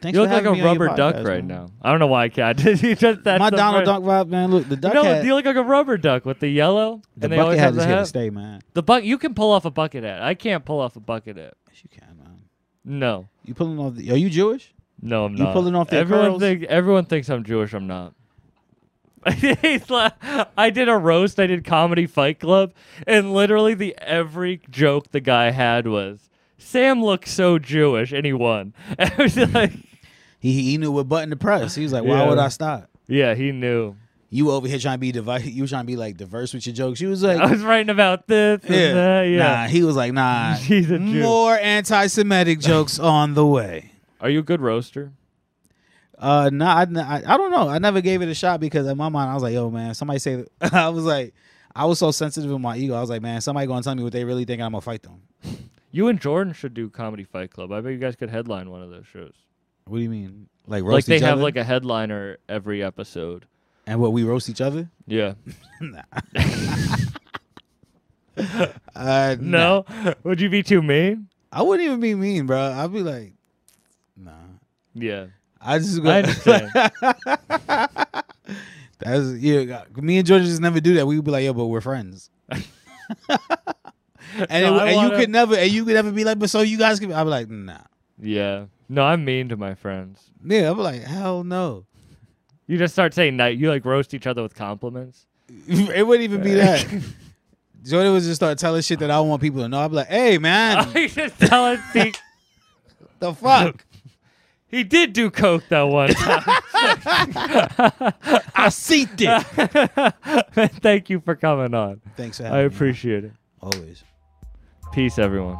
Thanks
You
for
look like a
having me on your
rubber duck
podcast,
right
man.
now. I don't know why, cat. [LAUGHS] you just that's
My
the
Donald
first-
Duck vibe, man. Look, the duck
No,
hat,
you look like a rubber duck with the yellow.
the
and they always
bucket hat
have
is
the
here to
hat.
stay, man.
The buck. You can pull off a bucket hat. I can't pull off a bucket hat.
Yes, you can, man.
No,
You pulling off? The, are you Jewish?
no, I'm
You
not.
pulling off their
everyone
curls?
thinks everyone thinks I'm Jewish. I'm not. [LAUGHS] It's like- I did a roast. I did comedy Fight Club, and literally the every joke the guy had was Sam looks so Jewish, and he won. [LAUGHS] And I
[LAUGHS]
was like,
He he knew what button to press. He was like, why
Yeah.
would I stop? Yeah.
yeah, he knew.
You over here trying to be divi- You trying to be like diverse with your jokes. You
[LAUGHS]
was
I
like,
was writing about this. and
yeah,
that, yeah.
Nah, he was like, nah.
[LAUGHS] He's a Jew.
More anti-Semitic jokes on the way.
Are you a good roaster?
Uh, nah, I, I, I don't know. I never gave it a shot because in my mind I was like, yo, man, somebody say. [LAUGHS] I was like, I was so sensitive in my ego. I was like, man, somebody gonna tell me what they really think. and I'm gonna fight them.
You and Jordan should do comedy Fight Club. I bet you guys could headline one of those shows.
What do you mean? Like roast
like they
each
have
other?
like a headliner every episode.
and what we roast each other?
Yeah.
Uh, nah.
No. [LAUGHS] Would you be too mean?
I wouldn't even be mean, bro. I'd be like, nah.
Yeah.
I just go. [LAUGHS]
I [LAUGHS] understand.
That's yeah. Me and Georgia just never do that. We would be like, yo, but
[LAUGHS]
we're friends. [LAUGHS] and it-
I
and
wanna-
you could never, and you could never be like, but so you guys could. be-" I'd be like, nah.
yeah. No, I'm mean to my friends.
Yeah, I'd be like, hell no.
You just start saying night. You like roast each other with [LAUGHS] compliments.
[LAUGHS] it wouldn't even be that. Jordan would just start telling shit that I don't want people to know. I'd be like,
[LAUGHS]
hey man,
I Oh, just tell it. [LAUGHS] He,
the fuck.
he did do coke that one [LAUGHS] time.
I see it.
Thank you for coming on.
Thanks for having
I
me.
appreciate it.
Always.
Peace, everyone.